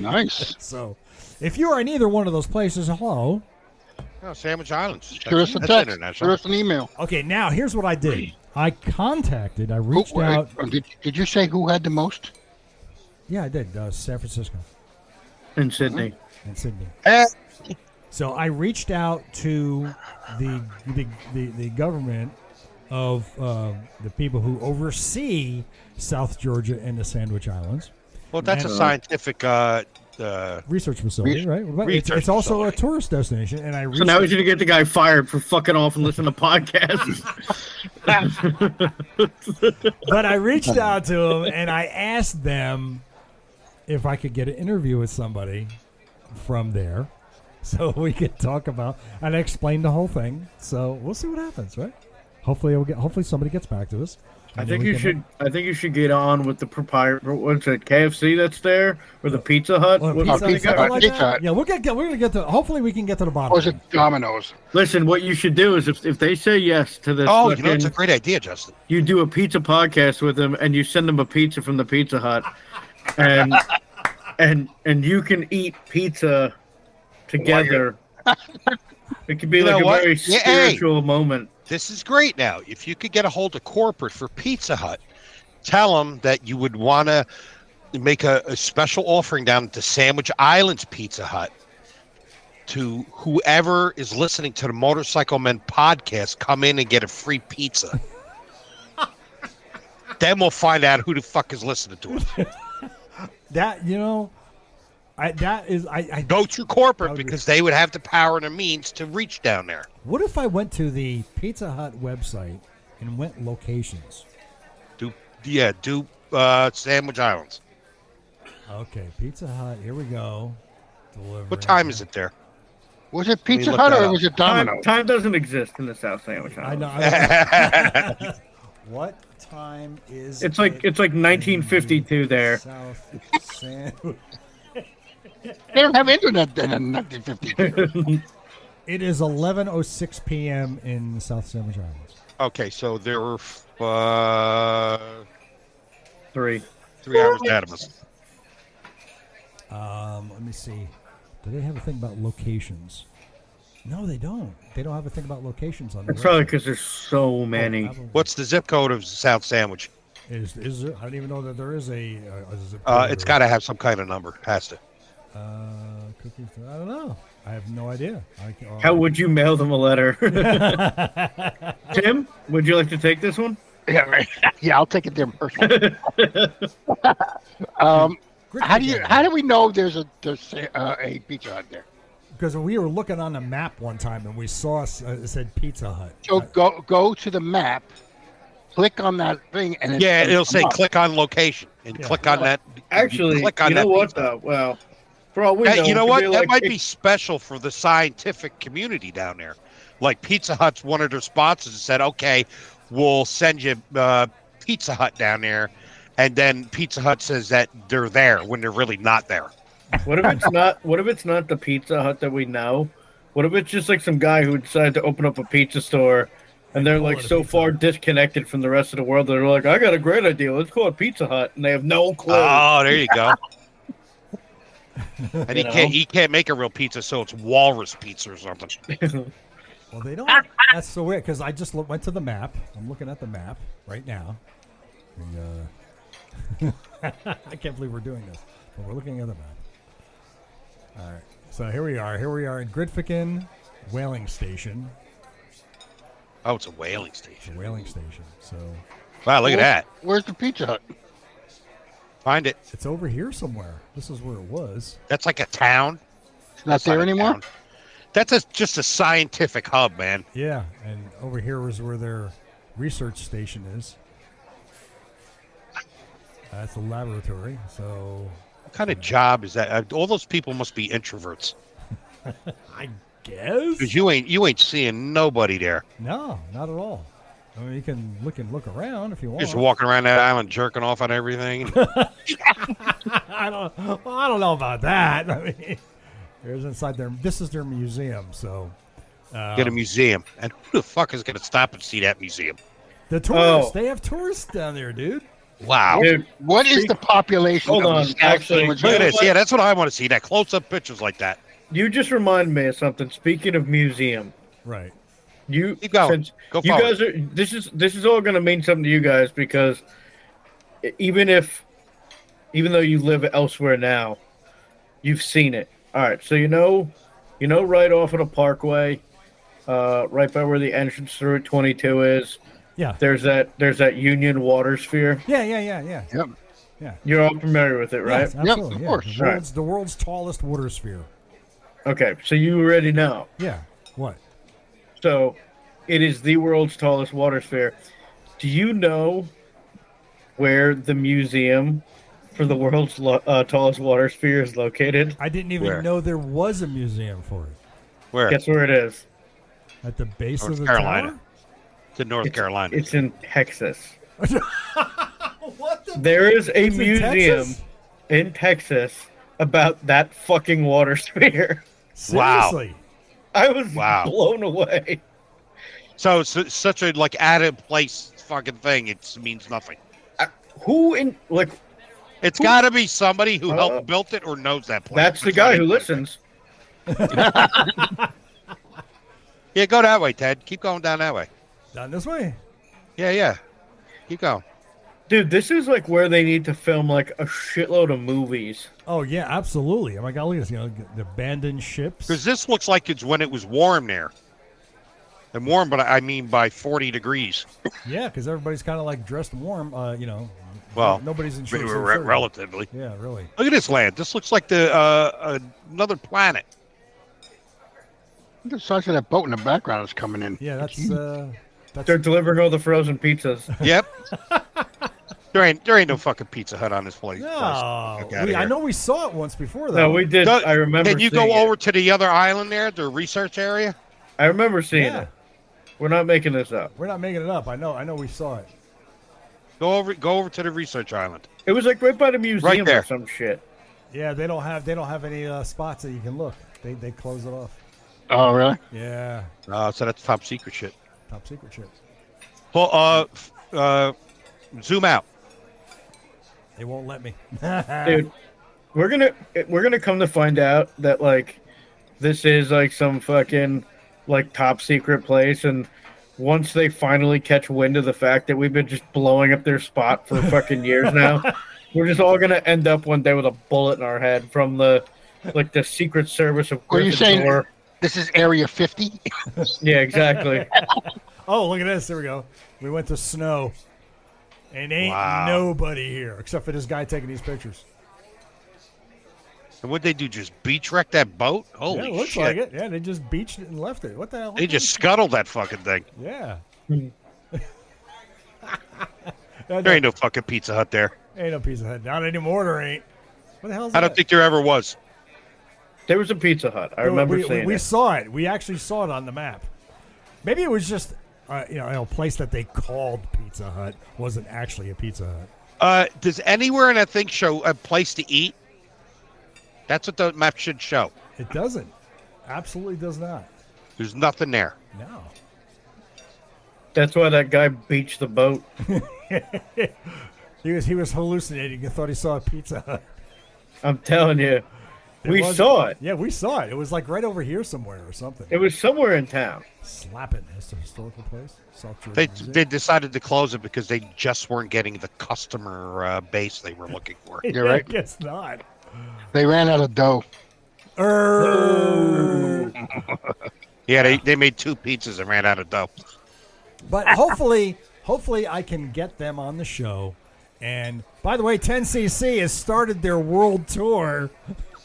Nice.
So, if you are in either one of those places, hello.
No, Sandwich Islands.
Shoot us a
That's
text. Shoot
international.
us an email.
Okay, now here's what I did. I contacted. I
Who,
reached
uh,
out.
did, did you say who had the most?
Yeah, I did. Uh, San Francisco Uh-huh.
In Sydney,
and Sydney.
Eh,
So I reached out to the the, the, the government of uh, the people who oversee South Georgia and the Sandwich Islands
Well, that's a
Man.
scientific. Uh, uh,
research facility,
Res-
right? What about- it's,
research
it's also
facility.
a tourist destination, and I reached
so now he's gonna get the guy fired for fucking off and listen to podcasts.
but I reached out to them and I asked them if I could get an interview with somebody from there, so we could talk about and I explained the whole thing. So we'll see what happens, right? Hopefully, we'll get. Hopefully, somebody gets back to us.
I
and then
think
we
you
can-
should. I think you should get on with the proprietor. What's it? KFC that's there or the Pizza Hut.
Well,
What-
pizza,
what do you
something
Pizza
got?
Hut.
like
Pizza
that. Yeah, we'll get, get- we're gonna get to. Hopefully, we can get to the bottom.
or was
of
it Domino's?
Listen, what you should do is if, if they say yes to this,
oh, you know, it's a
fucking-
great idea, Justin.
you do a pizza podcast with them and you send them a pizza from the Pizza Hut, and and and you can eat pizza together. It could be
You know
like a
what?
very
Yeah, hey.
spiritual moment.
This is great now. If you could get a hold of corporate for Pizza Hut, tell them that you would want to make a, a special offering down at the Sandwich Islands Pizza Hut to whoever is listening to the Motorcycle Men podcast. Come in and get a free pizza. then we'll find out who the fuck is listening to us.
that you know, I that is I, I.
Go to corporate
That'd be-
because they would have the power and the means to reach down there.
What if I went to the Pizza Hut website and went locations?
Do yeah, do uh, Sandwich Islands.
Okay, Pizza Hut. Here we go. Delivery.
What time is it there?
Was it
me
Pizza
look
Hut
that
or
up.
was it
Time,
Domino's?
time doesn't exist in the South Sandwich
I
Islands.
know. I know. what time is?
It's like
it
it's like 1952
in
there.
South Sandwich.
They don't have internet then in 1952.
It is 11:06 p.m. in South Sandwich Islands.
Okay, so there were uh,
Three.
three hours ahead of us.
Um, let me see. Do they have a thing about locations? No, they don't. They don't have a thing about locations on the
It's probably
website.
because there's so many.
Oh, probably.
What's the zip code of South Sandwich?
is is there? I don't even know that there is a. a, a zip
Uh,
code
it's
or-
got to have some kind of number. Has to.
Uh, cookies. I don't know. I have no idea. I, ca- uh,
How would you mail them a letter? Tim, would you like to take this one?
yeah, right. yeah, I'll take it there personally. um,
Grit
how do you?
together.
How do we know there's a there's uh, a Pizza Hut there?
Because we were looking on the map one time and we saw s- uh, it said Pizza Hut.
So
Uh,
go go to the map, click on that thing, and it-
Yeah,
and
it'll
come
say
up.
click on location and
Yeah.
click on that.
Actually,
click on
you know
that
what?
pizza.
Though, well, for all we
That-
know,
you know
it could
what?
Be
That
like,
might be special for the scientific community down there. Like Pizza Hut's one of their sponsors said, "Okay, we'll send you uh, Pizza Hut down there," and then Pizza Hut says that they're there when they're really not there.
What if it's not? What if it's not the Pizza Hut that we know? What if it's just like some guy who decided to open up a pizza store, and they're like
it a
so
Pizza
far disconnected from the rest of the world? They're like, I got a great idea. Let's call it Pizza Hut, and they have no clue.
Ah.
Oh, there you go. and he
You know?
can't he can't make a real pizza, so it's walrus pizza or something.
Well, they don't. That's so weird because I just lo- went to the map. I'm looking at the map right now. And, uh, I can't believe we're doing this, but we're looking at the map. All right. So here we are. Here we are in Gridficken Whaling Station.
Oh, it's a whaling
It's a
station.
whaling station. So
Wow, look at that.
Where's the Pizza Hut?
Find it.
It's over here somewhere. This is where it was.
That's like a town.
It's not there
not a
anymore.
town. That's a, just a scientific hub, man.
Yeah, and over here is where their research station is. That's the laboratory. So
What kind of job is that? Uh, All those people must be introverts
I guess
because you ain't you ain't seeing nobody there.
no, not at all. I mean, you can look and look around if you want.
Just walking around that island, jerking off on everything.
I don't. Well, I don't know about that. I mean, there's inside their. This is their museum. So
get a museum, and who the fuck is gonna stop and see that museum?
the tourists. They have tourists down there, dude.
Wow.
Dude,
What is the population
Hold
of
on,
the South
actually,
Sandwich
Look at
Islands?
this. Yeah, that's what I want to see. That close-up pictures like that.
you just remind me of something. Speaking of museum,
Right.
you
Keep going.
since
Go
you
forward.
guys are this is this is all going to mean something to you guys because e- even if even though you live elsewhere now, you've seen it. All right, so you know, you know, right off of the Parkway, uh, right by where the entrance through at 22 is.
Yeah.
There's that there's that Union Water Sphere.
Yeah. Yeah. Yeah. Yeah.
Yep.
You're all familiar with it, right?
Yes, absolutely,
of
yeah.
course.
The world's, the world's tallest water sphere.
Okay, so you already know.
Yeah. What?
So it is the world's tallest water sphere. Do you know where the museum for the world's lo- uh, tallest water sphere is located?
I didn't even
Where?
know there was a museum for it
Where?
Guess where it is?
at the base
North
of the
Carolina.
tower.
to North Carolina.
It's in Texas.
What the?
There is a
It's in
museum
Texas?
in Texas about that fucking water sphere.
Wow.
Seriously.
I was
Wow.
blown away.
so it's it's such a like out of place fucking thing. It means nothing.
Who in like
It's got to be somebody who
Uh,
helped built it or knows that place.
that's the guy who listens.
Yeah, go that way, Ted. Keep going down that way.
Down this way.
Yeah, yeah. Keep going.
Dude, this is like where they need to film like a shitload of movies.
Oh yeah, absolutely. Oh my god, look at this. You know, the abandoned ships.
Because this looks like it's when it was warm there. And warm, but I mean by 40 degrees.
Yeah, because everybody's kind of like dressed warm. Uh, you know.
Well,
nobody's in shorts.
re-
and
re-
shirts.
relatively.
Yeah, really.
Look at this land. This looks like the uh, another planet.
Look at The size of that boat in the background is coming in.
Yeah, that's uh, that's
They're delivering all the frozen pizzas.
Yep. there ain't there ain't no fucking Pizza Hut on this place.
no.
Fuck outta
We, I
here.
know we saw it once before though.
No, we did.
Doug,
I remember.
Can you
seeing
go
it.
over to the other island there, the research area?
I remember seeing
Yeah.
it. We're not making this up.
We're not making it up. I know. I know we saw it.
Go over go over to the research island.
It was like right by the museum
Right there.
or some shit.
Yeah, they don't have they don't have any uh, spots that you can look. They they close it off.
Oh, really?
Yeah,
Uh, so that's top secret shit.
top secret shit.
Well, uh, f- uh, zoom out.
They won't let me.
Dude, we're gonna we're gonna come to find out that like this is like some fucking like top secret place, and once they finally catch wind of the fact that we've been just blowing up their spot for fucking years now, we're just all gonna end up one day with a bullet in our head from the like the Secret Service of
What are you saying?
Gryffindor.
This is Area 50.
Yeah, exactly.
Oh, look at this. There we go. We went to snow. And ain't
Wow.
nobody here except for this guy taking these pictures.
And what they do? Just beach wreck that boat? Holy
yeah, it looks
shit!
like it. Yeah, they just beached it and left it. What the hell?
They just scuttled that fucking thing.
Yeah.
There ain't no fucking Pizza Hut there.
Ain't no piece of head. Not anymore, there ain't. What the hell is
I
that?
don't think there ever was.
There was a Pizza Hut. I
No,
remember
we, we-
seeing
we
it.
saw it. We actually saw it on the map. Maybe it was just uh, you know a place that they called Pizza Hut wasn't actually a Pizza Hut.
Uh, does anywhere in that thing show a place to eat? That's what the map should show.
It doesn't. Absolutely does not.
There's nothing there.
No.
That's why that guy beached the boat.
He was he was hallucinating and thought he saw a Pizza Hut.
I'm telling you.
It
we
was-
saw it.
Yeah, we saw it. It was like right over here somewhere or something.
It was somewhere in town.
Slapping. It's a historical place. South Georgia
They
Museum.
they decided to close it because they just weren't getting the customer uh, base they were looking for.
Yeah,
You're right.
I guess not.
They ran out of dough.
Er,
Yeah, they, they made two pizzas and ran out of dough.
but hopefully, hopefully, I can get them on the show And by the way, 10cc has started their world tour.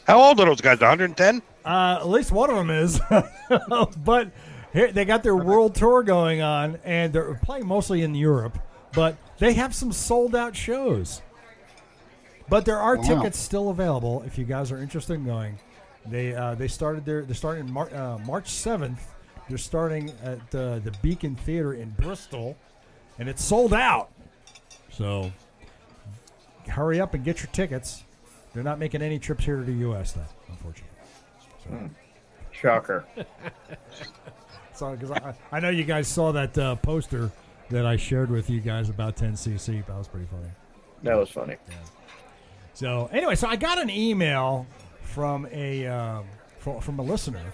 How old are those guys? 110?
Uh, at least one of them is. but here, they got their world tour going on, and they're playing mostly in Europe. But they have some sold out shows. But there are
Wow.
tickets still available if you guys are interested in going. They uh, they started their they're starting Mar- uh, March seventh. They're starting at uh, the Beacon Theater in Bristol, and it's sold out. So hurry up and get your tickets. They're not making any trips here to the U.S. though, unfortunately.
Shocker.
So because I, I know you guys saw that uh, poster that I shared with you guys about 10cc. That was pretty funny.
That was funny.
So anyway, so I got an email from a um, from, from a listener,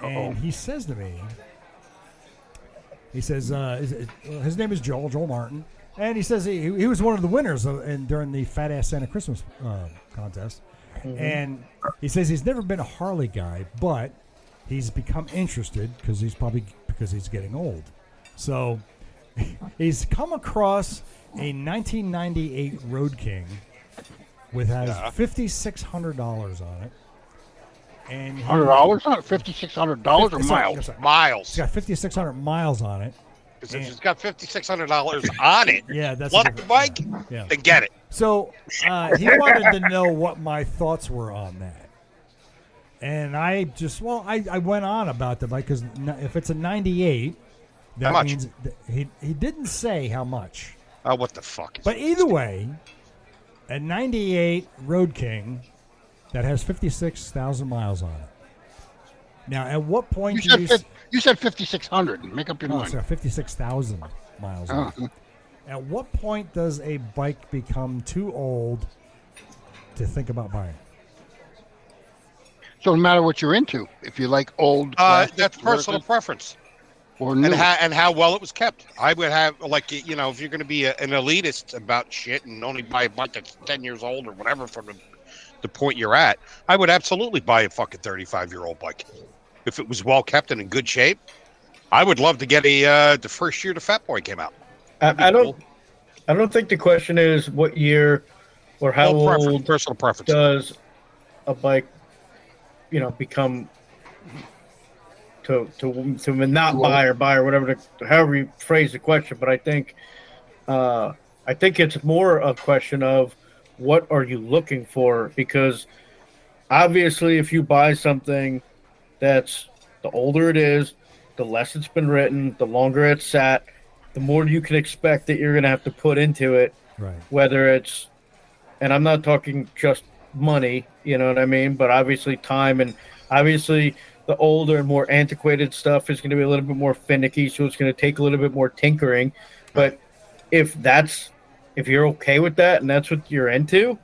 and he says to me, he says uh, is it- uh, his name is Joel Joel Martin, and he says he, he was one of the winners of, and during the Fat Ass Santa Christmas uh, contest,
Mm-hmm.
and he says he's never been a Harley guy, but he's become interested because he's probably because he's getting old, so he's come across a 1998 Road King with has fifty six hundred dollars on it, and he-
Hundred dollars? Not fifty six hundred dollars or
It's not-
miles?
it's not-
Miles.
it's got fifty six hundred miles on it.
Because if it's got $5,600 on it,
Yeah, that's
Black
a different-
bike,
yeah.
then get it.
So uh, he wanted to know what my thoughts were on that, and I just well, I, I went on about the bike because if it's a ninety eight, that
How much?
means that he he didn't say how much.
Oh, what the fuck? Is
But either way, a 98 Road King that has 56,000 miles on it. Now, at what point
You
do
said
you.
fif- you said fifty six hundred. Make up your
oh,
mind.
sorry, 56,000 miles
Oh.
on it. At what point does a bike become too old to think about buying?
So no matter what you're into, if you like
Uh,
old, classic
that's personal
versus-
preference
or new.
and how, and how well it was kept. I would have, like, you know, if you're going to be a, an elitist about shit and only buy a bike that's 10 years old or whatever from the, the point you're at, I would absolutely buy a fucking 35 year old bike. If it was well kept and in good shape, I would love to get a, uh, the first year the Fat Boy came out.
I, I don't. I don't think the question is what year or how
Well, preference-
old
personal preference.
does a bike, you know, become to to to not buy or buy or whatever, the, however you phrase the question. But I think, uh, I think it's more a question of what are you looking for because obviously, if you buy something that's the older it is, the less it's been written, the longer it's sat, the more you can expect that you're going to have to put into it
Right.
whether it's and I'm not talking just money, you know what I mean, but obviously time and obviously the older and more antiquated stuff is going to be a little bit more finicky, so it's going to take a little bit more tinkering, but if that's if you're okay with that and that's what you're into,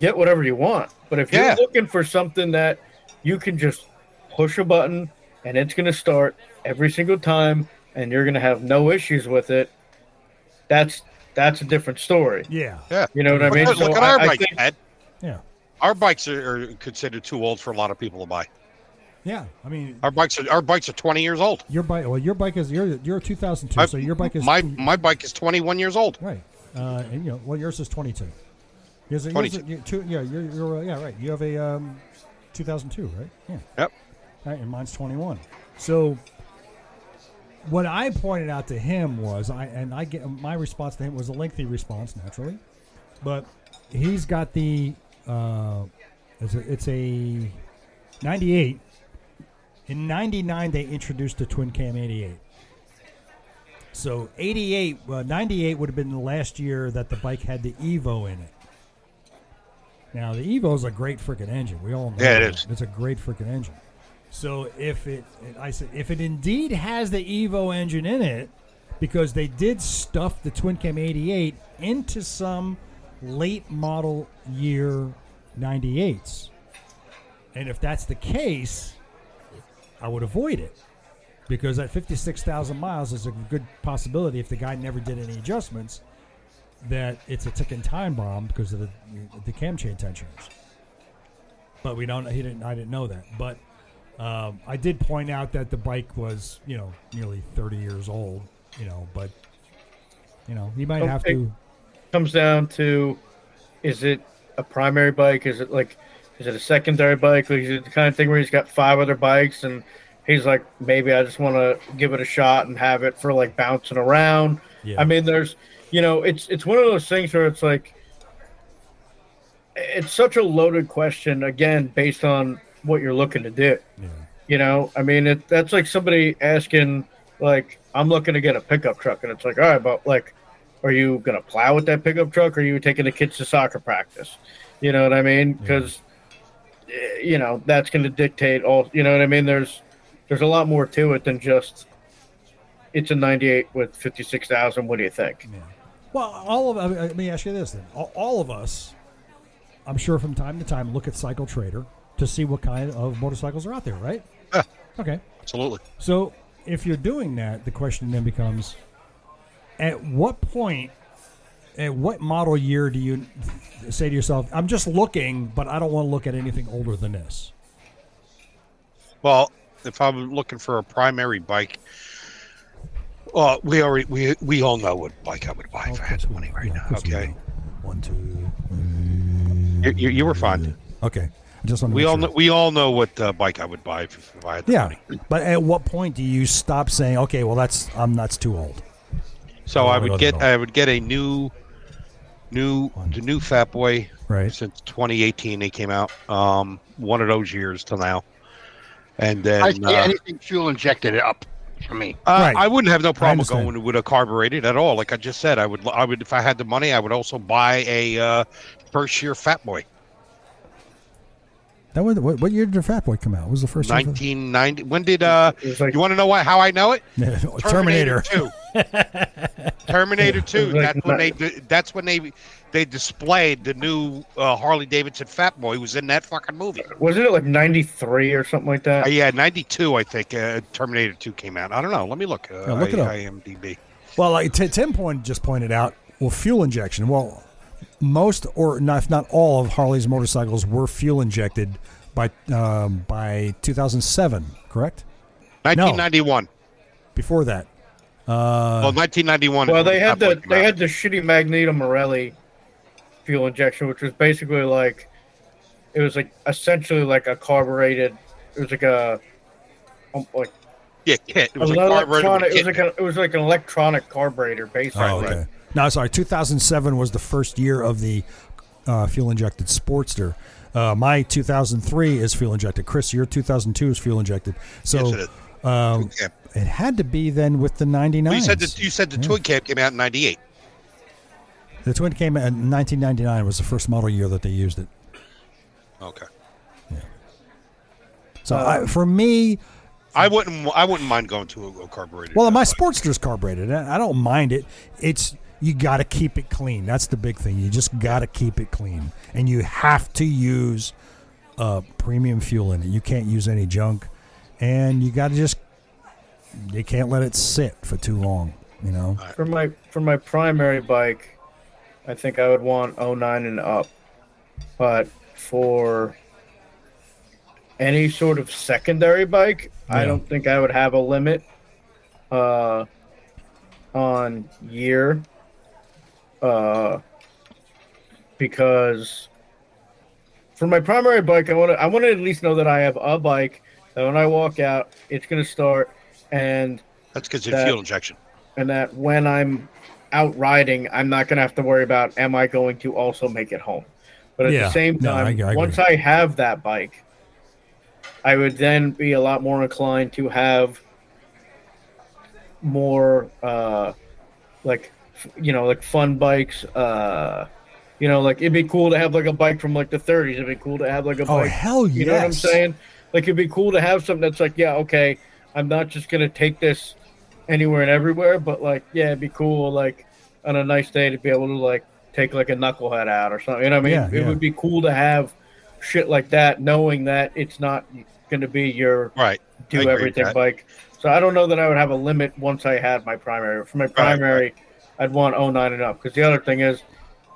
get whatever you want. But if
Yeah.
you're looking for something that you can just push a button and it's going to start every single time and you're going to have no issues with it, that's that's a different story.
Yeah.
You know what I
Look
mean?
at-
So
look at our
I- I
bike,
think-
Ed.
Yeah.
Our bikes are, are considered too old for a lot of people to buy.
Yeah. I mean,
Our bikes are our bikes are 20 years old.
your bike, well, your bike is, you're, you're 2002,
My-
so your bike is.
my my bike is 21 years old.
Right. Uh, and you know, well, yours is 22. Yours, yours-
22.
you- two- yeah, you're, you're, uh, yeah, right. You have a um, 2002, right? Yeah.
Yep.
Right, and mine's 21. So what I pointed out to him was, I and I get my response to him was a lengthy response, naturally, but he's got the uh, it's, a, it's a 98. In 99, they introduced the twin cam 88. So 88, uh, 98 would have been the last year that the bike had the Evo in it. Now the Evo is a great freaking engine. We all know
Yeah, it
that.
is.
It's a great freaking engine. So if it, and I said, if it indeed has the Evo engine in it, because they did stuff the twin cam 88 into some late model year 98s. And if that's the case, I would avoid it because at 56,000 miles is a good possibility if the guy never did any adjustments that it's a ticking time bomb because of the the cam chain tensioners. But we don't. He didn't. I didn't know that. But um, I did point out that the bike was you know nearly 30 years old. You know, but you know he might have
Okay.
to
comes down to is it a primary bike? Is it like is it a secondary bike? Like, is it the kind of thing where he's got five other bikes and he's like, maybe I just want to give it a shot and have it for like bouncing around.
Yeah.
I mean, there's you know, it's it's one of those things where it's like it's such a loaded question again based on what you're looking to do.
Yeah.
You know, I mean, it, that's like somebody asking like I'm looking to get a pickup truck, and it's like, all right, but like, are you gonna plow with that pickup truck, or are you taking the kids to soccer practice? You know what I mean? Because you know that's gonna dictate all. You know what I mean? There's there's a lot more to it than just it's a 98 with 56,000. What do you think?
Well, all of I mean, let me ask you this then. All, all of us, I'm sure, from time to time, look at Cycle Trader to see what kind of motorcycles are out there, right?
Yeah.
Okay.
Absolutely.
So if you're doing that, the question then becomes: At what point, at what model year do you say to yourself, "I'm just looking, but I don't want to look at anything older than this"?
Well, if I'm looking for a primary bike, uh, we already we we all know what bike I would buy if I had the money right
Yeah, of
now.
course we
Okay,
know. One, two.
you, you, you were fine.
Okay. I just want to
We
make
all
sure.
know, we all know what uh, bike I would buy if, if I had the
Yeah,
money.
but at what point do you stop saying, "Okay, well, that's I'm that's too old"?
So
Oh,
I
we
would
don't
get
know.
I would get a new new the new Fat Boy
Right.
since 2018 they came out. Um, one of those years till now, and then
I
uh,
say anything fuel injected up for me.
Uh,
Right.
I wouldn't have no problem
understand.
going with a carbureted at all. Like I just said, I would, I would, if I had the money, I would also buy a uh, first year Fat Boy,
That was, what, what year did the Fat Boy come out? What was the first year for-
nineteen ninety. When did uh?
It was like-
you want to know why? How I know it?
Yeah, Terminator.
Two. Terminator Two.
It was like
That's when
ni-
they. That's when they. They displayed the new uh, Harley Davidson Fat Boy was in that fucking movie.
Wasn't it like 93 or something like that?
Uh, yeah, ninety two, I think. Uh, Terminator Two came out. I don't know. Let me look. Uh,
Yeah, look
I,
it up.
IMDb.
Well, like Ti- Tim point just pointed out, well, fuel injection. Well, most or not, if not all of Harley's motorcycles were fuel injected by um, by 2007, correct?
Nineteen ninety one.
Before that, Uh,
Well, nineteen ninety one.
well, they had the they had the shitty Magneto Morelli fuel injection, which was basically like it was like essentially like a carbureted. It was like a um, like
Yeah, kit. It was
an
a carburetor with
electronic. It was
kit.
like a, it was like an electronic carburetor,
Oh,
basically.
No, sorry. 2007 was the first year of the uh, fuel injected Sportster. Uh, my 2003 is fuel injected. Chris, your 2002 is fuel injected. So
Yes, it
um,
Yeah.
it had to be then with the 99.
Well, you said the you said the twin cab came out in '98.
The twin came out in 1999 was the first model year that they used it.
Okay.
So
Oh.
I, for me,
I wouldn't. I wouldn't mind going to a, a carburetor.
well,
at
my
that point.
Sportster's carbureted. I I don't mind it. It's you got to keep it clean. That's the big thing. You just got to keep it clean, and you have to use uh, premium fuel in it. You can't use any junk, and you got to just you can't let it sit for too long. You know,
For my for my primary bike, I think I would want 09 and up. But for any sort of secondary bike, I
Yeah.
don't think I would have a limit uh, on year uh, because for my primary bike, I want to I want to at least know that I have a bike that when I walk out, it's going to start and
uh, That's because
that-
of fuel injection.
and that when I'm out riding, I'm not going to have to worry about am I going to also make it home. But at
Yeah.
the same
No, I- I
time,
agree.
once I have that bike, I would then be a lot more inclined to have more uh like f- you know like fun bikes uh you know like it'd be cool to have like a bike from like the 30s it'd be cool to have like a
Oh,
bike
hell
you know what i'm
yes.
saying like it'd be cool to have something that's like yeah okay i'm not just gonna take this anywhere and everywhere, but like, yeah, it'd be cool, like on a nice day to be able to like take like a knucklehead out or something. You know what I mean?
Yeah,
it
yeah.
would be cool to have shit like that, knowing that it's not going to be your
Right. I
do
agree with
everything
that.
bike. So I don't know that I would have a limit once I had my primary. For my primary, I'd want 09 and up because the other thing is,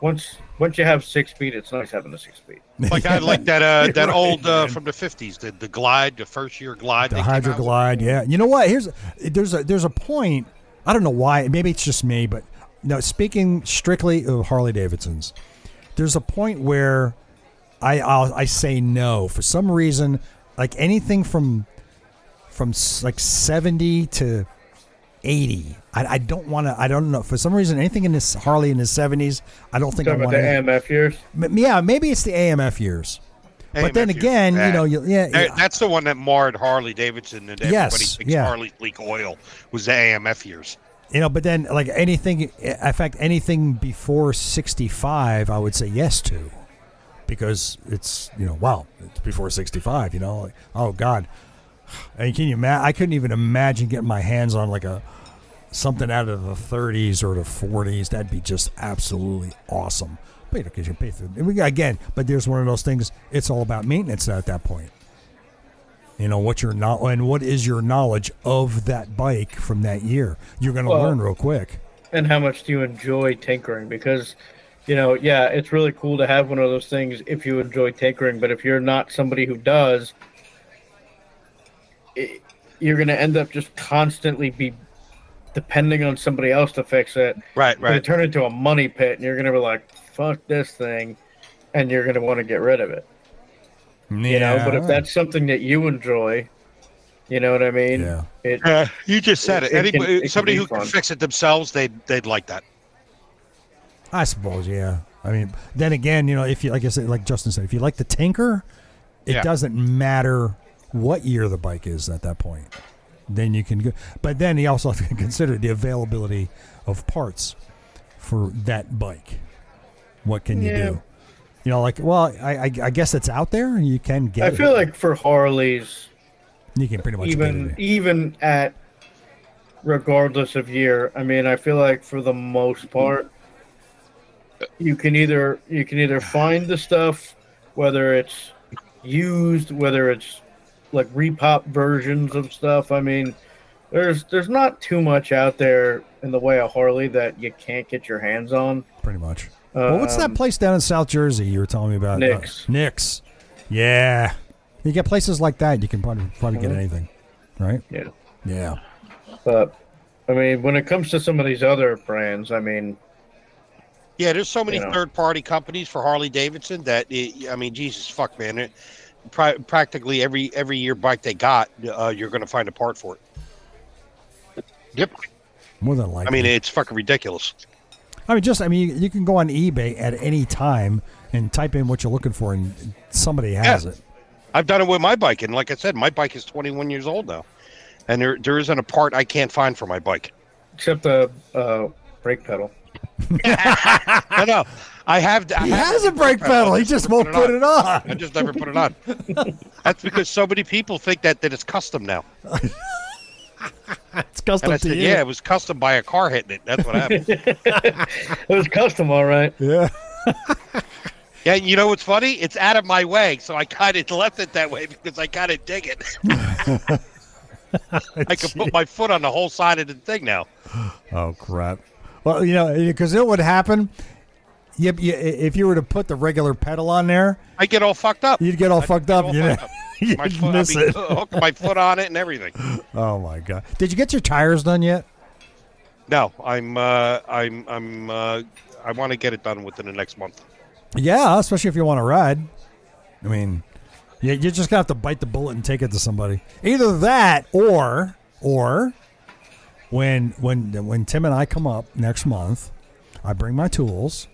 once once you have six speed, it's nice having the six speed.
Like I like that uh, that old uh, from the '50s, the the glide, the first year glide.
the
they came out with.
hydroglide. Yeah, you know what? Here's there's a there's a point. I don't know why. Maybe it's just me, but now speaking strictly of Harley Davidsons, there's a point where I I'll, I say no for some reason, like anything from from s- like 70 to 80. I, I don't want to. I don't know for some reason anything in this Harley in the 70s. I don't think I
Talking about
want
the
to.
AMF years.
yeah, maybe it's the AMF years.
Hey,
but then
Matthew,
again, you
that-
know, you, yeah,
that-
yeah.
that's the one that marred Harley Davidson, and everybody
Yes,
thinks
yeah.
Harley leak oil was the AMF years.
you know. But then, like anything, in fact, anything before 65, I would say yes to, because it's you know, wow, it's before 65. You know, like, oh God, and can you imagine? I couldn't even imagine getting my hands on like a something out of the 30s or the 40s. That'd be just absolutely awesome. But you know, 'cause you pay through. and we- Again, but there's one of those things. It's all about maintenance at that point. You know what your not and what is your knowledge of that bike from that year? You're going to
Well-
learn real quick.
and how much do you enjoy tinkering because you know yeah it's really cool to have one of those things if you enjoy tinkering but if you're not somebody who does it, you're going to end up just constantly be depending on somebody else to fix it
Right,
right.
right.
turn into a money pit and you're going to be like fuck this thing and you're going to want to get rid of it you know but if that's something that you enjoy you know what i mean
Yeah.
it,
Yeah, you just said it.
It- it can-
Anybody,
it can
somebody
be
who can
fun.
fix it themselves, they they'd like that.
I suppose, yeah. I mean, then again, you know, if you like I said, like Justin said, if you like the tinker, it
Yeah.
doesn't matter what year the bike is at that point. Then you can go, but then you also have to consider the availability of parts for that bike. What can you
Yeah.
do? You know, like well, I, I, I guess it's out there. You can get.
i
it.
feel like for harley's
you can pretty much
even e
Get it.
even at regardless of year i mean i feel like for the most part you can either you can either find the stuff whether it's used whether it's like repop versions of stuff i mean there's there's not too much out there in the way of harley that you can't get your hands on
Pretty much. well, what's that
Um,
place down in South Jersey you were telling me about?
Nick's.
Uh, Nick's. Yeah. You get places like that, you can probably, probably
Uh-huh.
get anything, right?
yeah
Yeah.
but i mean when it comes to some of these other brands i mean
Yeah, there's so many
You know.
third party companies for Harley Davidson that it, I mean, Jesus fuck, man, it, pra- practically every every year bike they got, uh, you're going to find a part for it.
Yep.
More than likely.
I mean, it's fucking ridiculous.
I mean, just I mean, you, you can go on eBay at any time and type in what you're looking for, and somebody has
Yeah.
it.
I've done it with my bike, and like I said, my bike is 21 years old now, and there there isn't a part I can't find for my bike.
except the uh, brake pedal
I know. I have. I
He
have-
has a brake pedal. He just won't put it
I
on.
just never put it on. That's because so many people think that that it's custom now.
It's custom
And I
to
said,
you.
yeah, it was custom by a car hitting it. That's what happened.
it was custom all right
Yeah.
yeah, you know what's funny? It's out of my way, so I kind of left it that way because I kind of dig it. I could put my foot on the whole side of the thing now.
Oh crap! Well, you know, because it would happen. You, you, if you were to put the regular pedal on there,
I get all fucked up.
you'd get all
I'd
fucked
get
up.
all
you
fucked
know?
up.
You'd
My foot,
miss
I'd be
it.
hooking my foot on it and everything.
Oh my god! Did you get your tires done yet?
No, I'm, uh, I'm, I'm, uh, I want to get it done within the next month.
Yeah, especially if you want to ride. I mean, you, you're just gonna have to bite the bullet and take it to somebody. Either that, or or when when when Tim and I come up next month, I bring my tools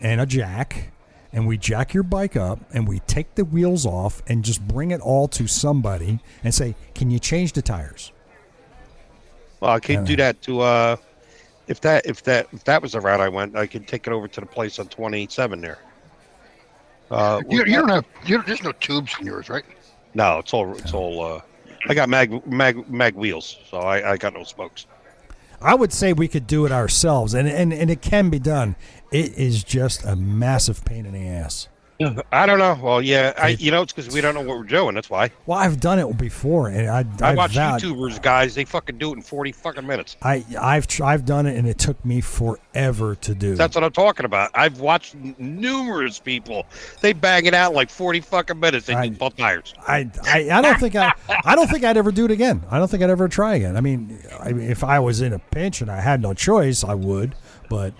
and a jack, and we jack your bike up, and we take the wheels off, and just bring it all to somebody and say, "Can you change the tires?"
Well, I could do that to uh, if that if that if that was the route I went, I could take it over to the place on twenty seven there. Uh,
You, you don't have. You don't, there's no tubes in yours, right?
no, it's all it's all. Uh, I got mag mag mag wheels, so I, I got no spokes.
I would say we could do it ourselves, and and, and it can be done. It is just a massive pain in the ass.
I don't know. Well, yeah, I you know it's because we don't know what we're doing. That's why
Well, I've done it before, and I,
I
I've
watch
vowed-
YouTubers, guys. They fucking do it in forty fucking minutes.
I, I've tr- I've done it, and it took me forever to do.
That's what I'm talking about. I've watched n- numerous people. They bang it out in like forty fucking minutes. They
I-
do both tires.
I, I, I don't think I I don't think I'd ever do it again. I don't think I'd ever try again. I mean, I, if I was in a pinch and I had no choice, I would. But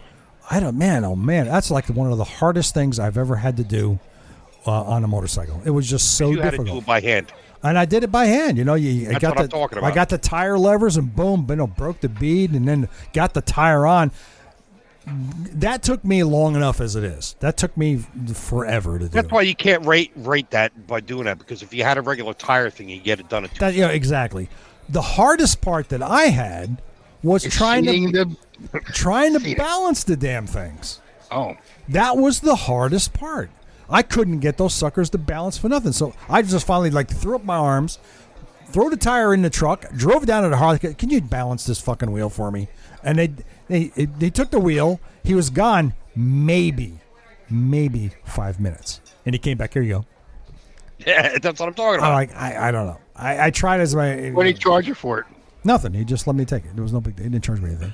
I don't, man, oh man, that's like one of the hardest things I've ever had to do uh, on a motorcycle. It was just so
you had to
difficult
do it by hand.
and I did it by hand. You know, you I
That's
got
what
the
I'm talking
I
about.
got the tire levers and boom, you know, broke the bead and then got the tire on. That took me long enough as it is. That took me forever to do.
That's why you can't rate rate that by doing that because if you had a regular tire thing, you get it done. At two.
That yeah, exactly. The hardest part that I had was trying to
Seeing the-
trying to
Seating.
balance the damn things.
oh,
That was the hardest part. I couldn't get those suckers to balance for nothing. So I just finally like threw up my arms, throw the tire in the truck, drove down to the Harley. Can you balance this fucking wheel for me? And they they they took the wheel. He was gone. Maybe, maybe five minutes, and he came back. Here you go.
Yeah, that's what I'm talking
I'm
about.
like, I, I don't know. I, I tried as my
what do you charge you for it?
nothing. He just let me take it. There was no big. He didn't charge me anything.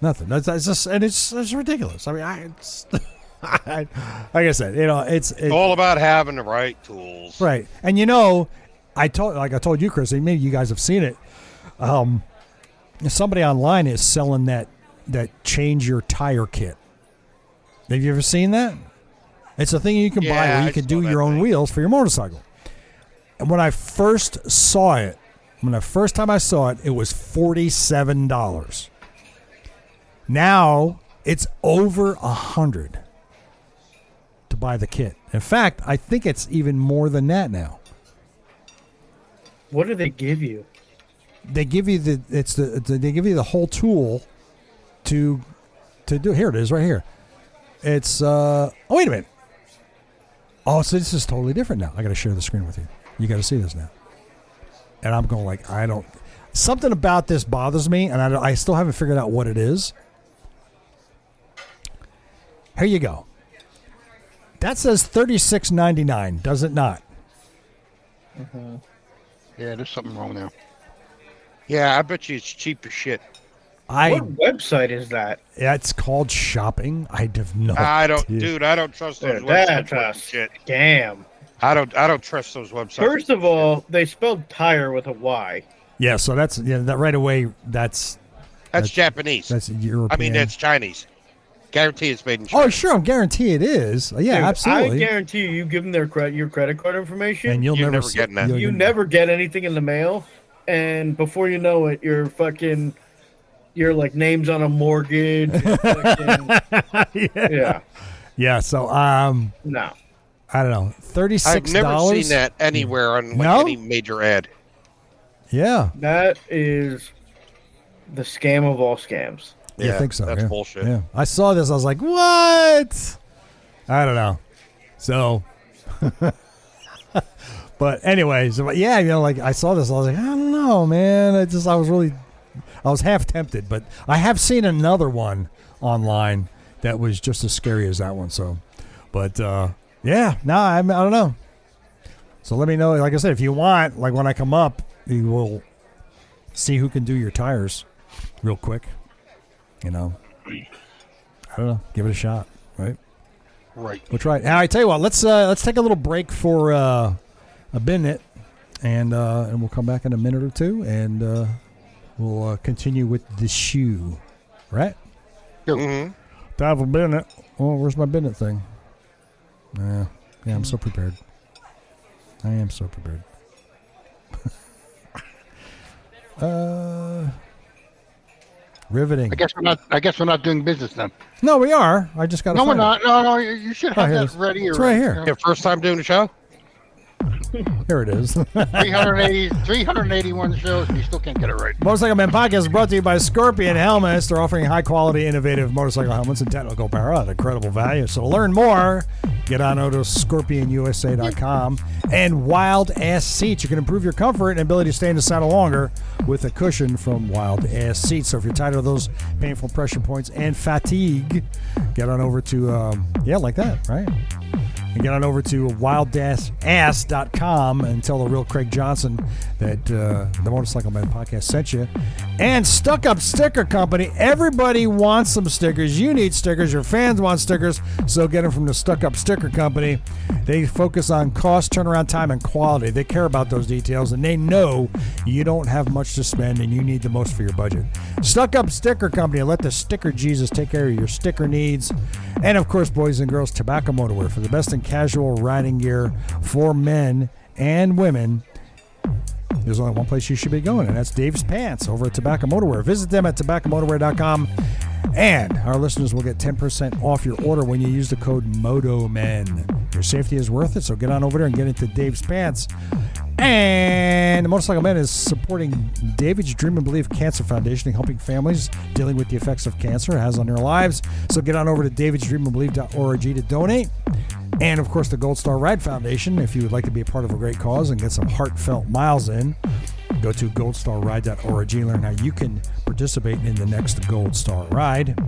Nothing. That's, that's just and it's, it's ridiculous. I mean, I it's I, like I said, you know, it's it,
It's all about having the right tools.
Right. And you know, I told like I told you, Chris, and maybe you guys have seen it. Um, somebody online is selling that that change your tire kit. Have you ever seen that? It's a thing you can buy
Yeah,
where you
I
can
saw
do
that
your own
thing.
wheels for your motorcycle. And when I first saw it, when the first time I saw it, it was forty-seven dollars. Now it's over a hundred to buy the kit. In fact, I think it's even more than that now.
What do they give you?
They give you the it's the it's the- they give you the whole tool to to do. Here it is, right here. It's uh oh wait a minute. Oh, so this is totally different now. I got to share the screen with you. You got to see this now. And I'm going like I don't. Something about this bothers me, and I, don't- I still haven't figured out what it is. Here you go. That says thirty six ninety nine, does it not?
Yeah, there's something wrong there.
Yeah, I bet you it's cheap as shit.
I
what website is that?
Yeah, it's called shopping. I have no.
I don't,
idea.
dude. I don't trust those
That's
websites.
a
with Shit.
scam.
I don't. I don't trust those websites.
First of all, they spelled tire with a Y.
Yeah, so that's yeah, that right away. That's
that's, Japanese.
that's European.
I mean, that's Chinese. Guarantee it's made in China.
Oh, sure. I'm guarantee it is. Yeah,
Dude, I
absolutely.
guarantee you, you give them their credit, your credit card information,
And
you,
you'll
You're
never
never
see-
getting that.
you'll-
never get anything in the mail, and before you know it, your fucking, your like names on a mortgage. your fucking-
yeah.
yeah,
Yeah. So um,
no.
I don't know. Thirty
I've
six
never
dollars.
seen that anywhere on like,
No?
any major ad.
Yeah.
That is the scam of all scams.
you think so?
That's
yeah.
bullshit.
Yeah. I saw this. I was like, what? I don't know. So, but anyways, but yeah, you know, like I saw this. I was like, I don't know, man. I just, I was really, I was half tempted, but I have seen another one online that was just as scary as that one. So, but uh, yeah, no, nah, I, I don't know. So let me know. Like I said, if you want, like when I come up, you will see who can do your tires real quick. You know, I don't know. Give it a shot, right?
Right.
We'll try it. All right, tell you what. Let's uh, let's take a little break for uh, a minute, and uh, and we'll come back in a minute or two, and uh, we'll uh, continue with the shoe, right?
Mhm.
Time for Bennett. Oh, where's my Bennett thing? Yeah, yeah. I'm so prepared. I am so prepared. uh, riveting.
I guess we're not. I guess we're not doing business then.
No, we are. I just got.
No, we're not. No, no. You you should
Oh,
have
here it
that
is.
ready.
It's right here.
Yeah, first time doing the show.
Here it is.
380, 381 shows, and you still can't get it right.
Motorcycle Man Podcast is brought to you by Scorpion Helmets. They're offering high quality, innovative motorcycle helmets and technical power at incredible value. So to learn more, get on over to scorpionusa.com. And Wild Ass Seats. You can improve your comfort and ability to stay in the saddle longer with a cushion from Wild Ass Seats. So if you're tired of those painful pressure points and fatigue, get on over to, um, yeah, like that, right? And get on over to wildass.com and tell the real Craig Johnson that uh, the Motorcycle Man podcast sent you. And Stuck Up Sticker Company. Everybody wants some stickers. You need stickers. Your fans want stickers. So get them from the Stuck Up Sticker Company. They focus on cost, turnaround time, and quality. They care about those details and they know you don't have much to spend and you need the most for your budget. Stuck Up Sticker Company. Let the sticker Jesus take care of your sticker needs. And of course, boys and girls, Tobacco Motorwear for the best in casual riding gear for men and women. There's only one place you should be going, and that's Dave's Pants over at Tobacco Motorwear. Visit them at tobaccomotorwear.com, and our listeners will get 10% off your order when you use the code MOTOMEN. Your safety is worth it, so get on over there and get into Dave's Pants. And the Motorcycle Man is supporting David's Dream and Believe Cancer Foundation and helping families dealing with the effects of cancer has on their lives. So get on over to davidsdreamandbelieve.org to donate. And of course, the Gold Star Ride Foundation, if you would like to be a part of a great cause and get some heartfelt miles in. Go to goldstarride.org and learn how you can participate in the next Gold Star Ride.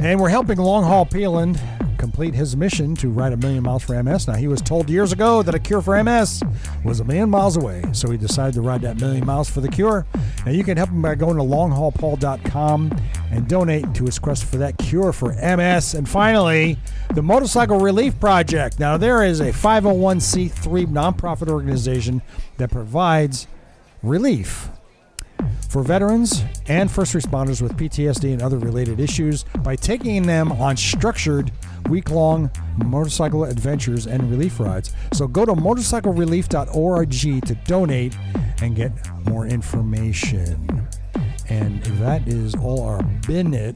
And we're helping Long Haul Peeland complete his mission to ride a million miles for MS. Now, he was told years ago that a cure for MS was a million miles away, so he decided to ride that million miles for the cure. Now, you can help him by going to longhaulpaul.com and donate to his quest for that cure for MS. And finally, the Motorcycle Relief Project. Now, there is a 501c3 nonprofit organization that provides relief for veterans and first responders with PTSD and other related issues by taking them on structured week long motorcycle adventures and relief rides. So go to motorcyclerelief.org to donate and get more information. And that is all our Bennett.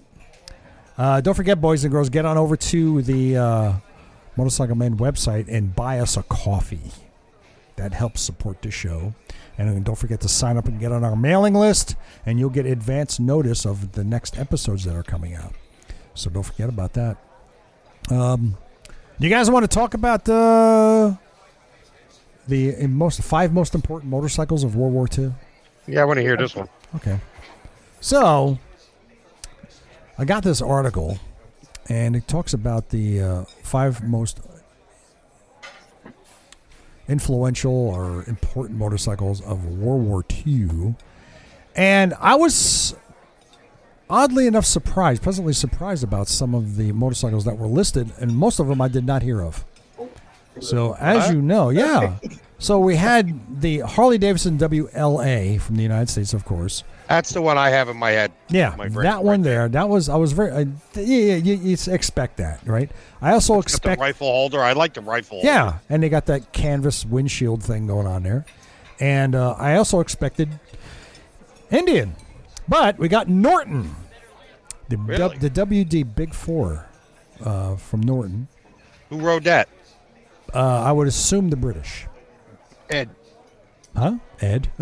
Uh, don't forget, boys and girls, get on over to the uh, Motorcycle Men website and buy us a coffee. That helps support the show. And uh, don't forget to sign up and get on our mailing list, and you'll get advance notice of the next episodes that are coming out. So don't forget about that. Um, you guys want to talk about the the uh, most five most important motorcycles of World War II?
Yeah, I want to hear this one.
Okay. So I got this article, and it talks about the uh, five most influential or important motorcycles of World War II. And I was oddly enough surprised, pleasantly surprised about some of the motorcycles that were listed, and most of them I did not hear of. So, as you know, yeah. So, we had the Harley Davidson WLA from the United States, of course.
That's the one I have in my head.
Yeah,
my brain
that one
right
there. That was, I was very, I, yeah, yeah, you, you expect that, right? I also
Got the
expect
rifle holder. I like the rifle. holder.
yeah, and they got that canvas windshield thing going on there. And uh, I also expected Indian, but we got Norton, the W-
Really?
the WD Big Four uh, from Norton.
Who rode that?
Uh, I would assume the British,
Ed,
huh? Ed.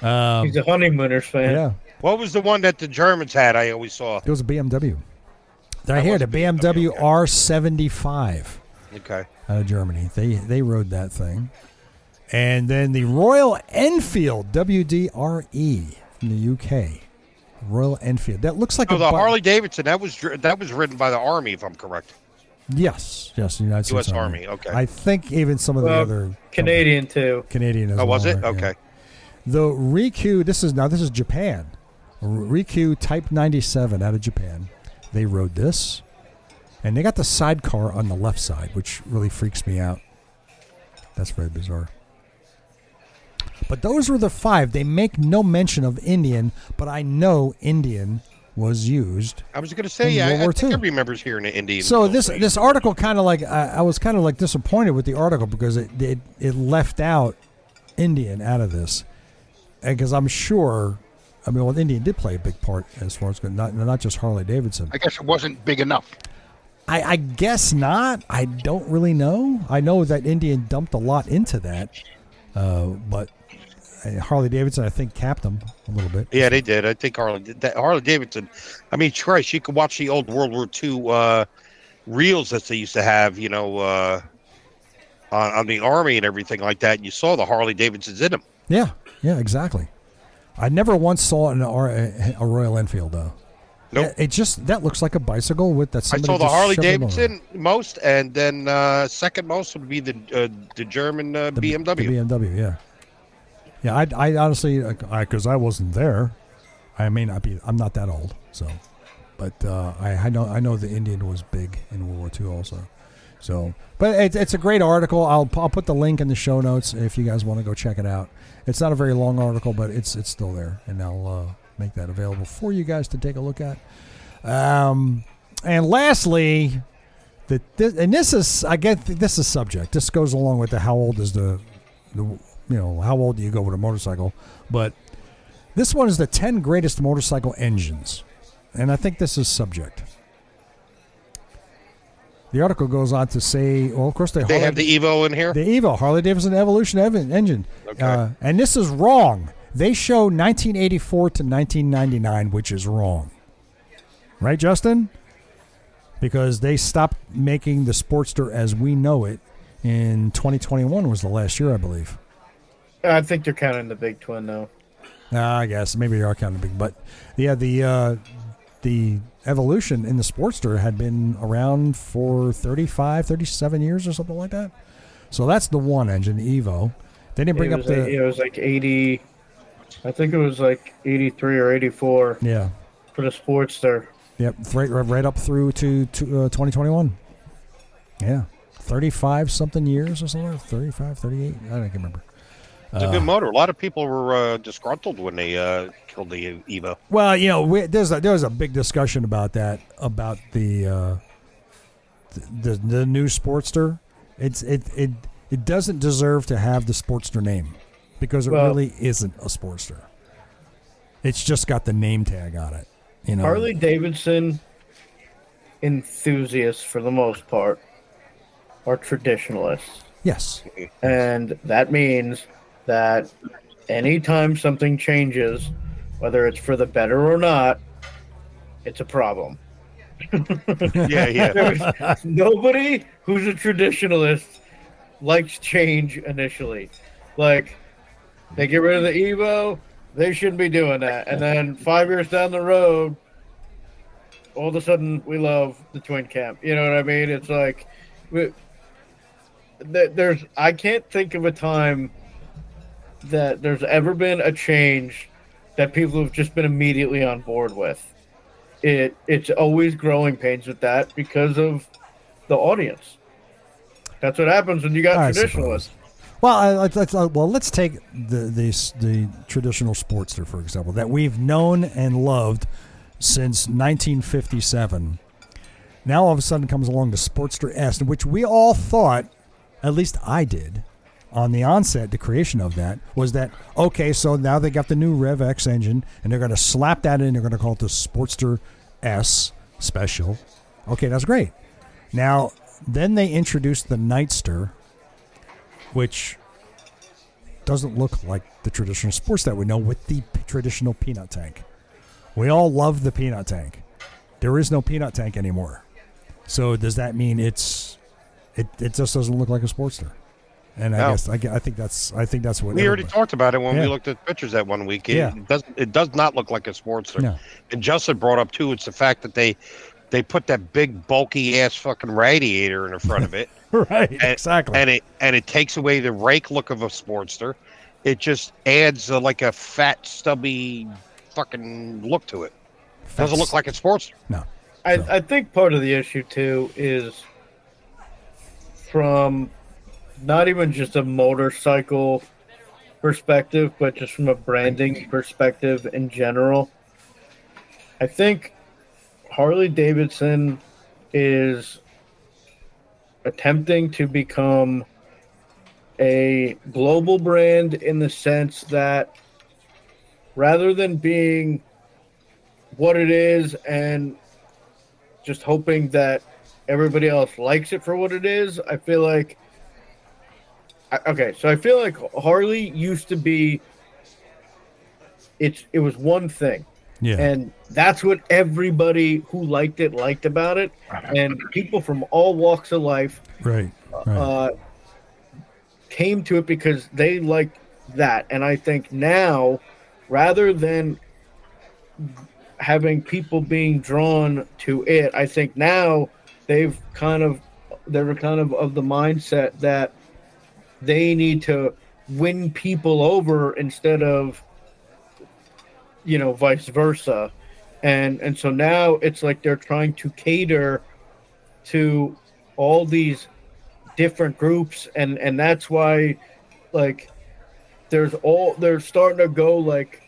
He's a honeymooners fan.
Um, yeah,
What was the one that the Germans had? I always saw.
it was a BMW. I hear
was
the
a
BMW
BMW, okay.
R75.
Okay.
out of uh, Germany. They they rode that thing, and then the Royal Enfield WDRE E, from the UK. Royal Enfield. That looks like
No,
a
Oh, the
bu-
Harley Davidson. That was dri- that was ridden by the Army, if I'm correct.
Yes, yes, the United
US
States Army.
Army, okay.
I think even some of the
Well,
other
Canadian too.
Canadian. As
Oh, was
well,
it?
right? Yeah.
Okay.
The Riku. This is now. This is Japan. Riku Type 97 out of Japan. They rode this, and they got the sidecar on the left side, which really freaks me out. That's very bizarre. But those were the five. They make no mention of Indian, but I know Indian was used.
I was going to say,
In
yeah, I-
World
I,
War
think
II.
I remembers hearing an Indian.
So
little
this
thing.
this article kind of like I, I was kind of like disappointed with the article because it it, it left out Indian out of this, because I'm sure, I mean, well, Indian did play a big part as far as not not just Harley Davidson.
I guess it wasn't big enough.
I, I guess not. I don't really know. I know that Indian dumped a lot into that, uh, but uh, Harley Davidson I think capped them a little bit.
Yeah, they did. I think Harley did that. Harley Davidson. I mean, Christ, you could watch the old World War II uh, reels that they used to have, you know, uh, on, on the army and everything like that. And you saw the Harley Davidsons in them.
Yeah, yeah, exactly. I never once saw an R- a Royal Enfield though.
Nope.
It just that looks like a bicycle with that.
I
Somebody
saw the
just
Harley
shoved over.
Davidson most, and then uh, second most would be the uh, the German uh,
The-
BMW.
The BMW, yeah. Yeah, I, I honestly, because I, wasn't there, I may not be. I'm not that old, so. But uh, I, I know I know the Indian was big in World War II also, so. But it's it's a great article. I'll pu- I'll put the link in the show notes if you guys want to go check it out. It's not a very long article, but it's it's still there, and I'll uh, make that available for you guys to take a look at. Um, and lastly, the this, and this is I get this is subject. This goes along with the how old is the, the you know how old do you go with a motorcycle, but this one is the ten greatest motorcycle engines, and I think this is subject. The article goes on to say, well, of course they
They have
Harley-
the Evo in here.
the Evo, Harley Davidson Evolution ev- engine.
Okay.
Uh, and this is wrong. They show 1984 to 1999, which is wrong. Right, Justin? Because they stopped making the Sportster as we know it in 2021 was the last year, I believe.
I think they're counting the big twin though.
Uh, I guess maybe they are kind of big, but yeah, the uh, the evolution in the Sportster had been around for 35, 37 years or something like that. So that's the one engine, the Evo. Then they bring
it
up
was
the
a- it was like eighty. I think it was like eighty-three or eighty-four
Yeah.
for the Sportster.
Yep. Right, right right up through to, to uh, 2021. Yeah. 35 something years or something. 35, 38. I don't I can't remember.
It's a good motor. A lot of people were uh, disgruntled when they uh, killed the Evo.
Well, you know, we, there's a, there was a big discussion about that about the uh, the, the the new Sportster. It's it it it doesn't deserve to have the Sportster name because it
Well-
really isn't a Sportster. It's just got the name tag on it. You know,
Harley Davidson enthusiasts, for the most part, are traditionalists.
Yes.
And that means that anytime something changes, whether it's for the better or not, it's a problem.
Yeah, yeah.
Nobody who's a traditionalist likes change initially. Like, they get rid of the Evo, they shouldn't be doing that. And then five years down the road, all of a sudden we love the twin camp. You know what I mean? It's like, we, th- there's, I can't think of a time that there's ever been a change that people have just been immediately on board with it it's always growing pains with that because of the audience. That's what happens when you got
I
traditionalists.
Well, I, let's, let's, uh, well, let's take the, the s- the traditional sportster for example that we've known and loved since 1957. Now all of a sudden comes along the Sportster S, which we all thought, at least I did, on the onset, the creation of that was that okay. So now they got the new Rev X engine, and they're going to slap that in. They're going to call it the Sportster S Special. Okay, that's great. Now then they introduced the Nightster, which doesn't look like the traditional sports that we know with the p- traditional peanut tank. We all love the peanut tank. There is no peanut tank anymore. So does that mean it's it, it just doesn't look like a sportster? And I
No.
guess I, gue- I think that's I think that's what
We already
everybody-
talked about it when
Yeah.
we looked at pictures that one week. It,
Yeah.
does, it does not look like a Sportster.
No.
And Justin brought up, too, it's the fact that they they put that big, bulky ass fucking radiator in the front of it.
right
And-
exactly
And it and it takes away the rake look of a Sportster. It just adds uh like a fat, stubby fucking look to it. Doesn't look like a Sportster.
no
I,
So-
I think part of the issue too is from not even just a motorcycle perspective, but just from a branding perspective in general. I think Harley Davidson is attempting to become a global brand in the sense that rather than being what it is and just hoping that everybody else likes it for what it is. I feel like, I, okay, so I feel like Harley used to be. It's it was one thing,
yeah
and that's what everybody who liked it liked about it, and people from all walks of life
right right
uh, came to it because they liked that. And I think now, rather than having people being drawn to it. I think now they've kind of they're kind of of the mindset that they need to win people over instead of you know vice versa and and so now it's like they're trying to cater to all these different groups and and that's why like there's all they're starting to go like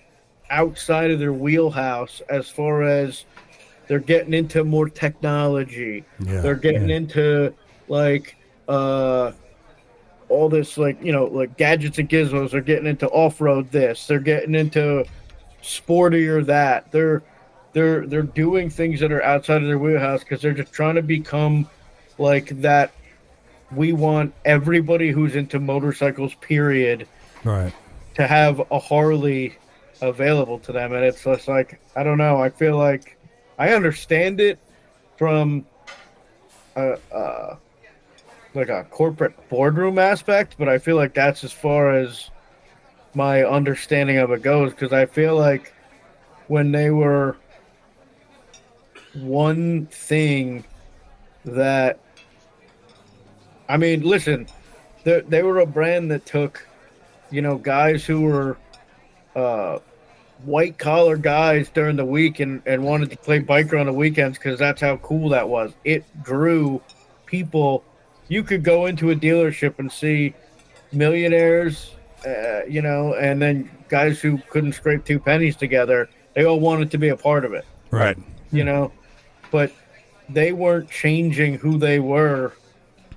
outside of their wheelhouse as far as they're getting into more technology
Yeah,
they're getting
yeah.
into like uh all this like you know like gadgets and gizmos they're getting into off-road this they're getting into sportier that they're they're they're doing things that are outside of their wheelhouse because they're just trying to become like that we want everybody who's into motorcycles period
Right.
to have a Harley available to them, and it's just like I don't know. I feel like I understand it from a, uh, like a corporate boardroom aspect, but I feel like that's as far as my understanding of it goes. Because I feel like when they were one thing that I mean, listen, they they were a brand that took you know, guys who were uh, white collar guys during the week and, and wanted to play biker on the weekends because that's how cool that was. It drew people. You could go into a dealership and see millionaires, uh, you know, and then guys who couldn't scrape two pennies together. They all wanted to be a part of it
Right.
you know but they weren't changing who they were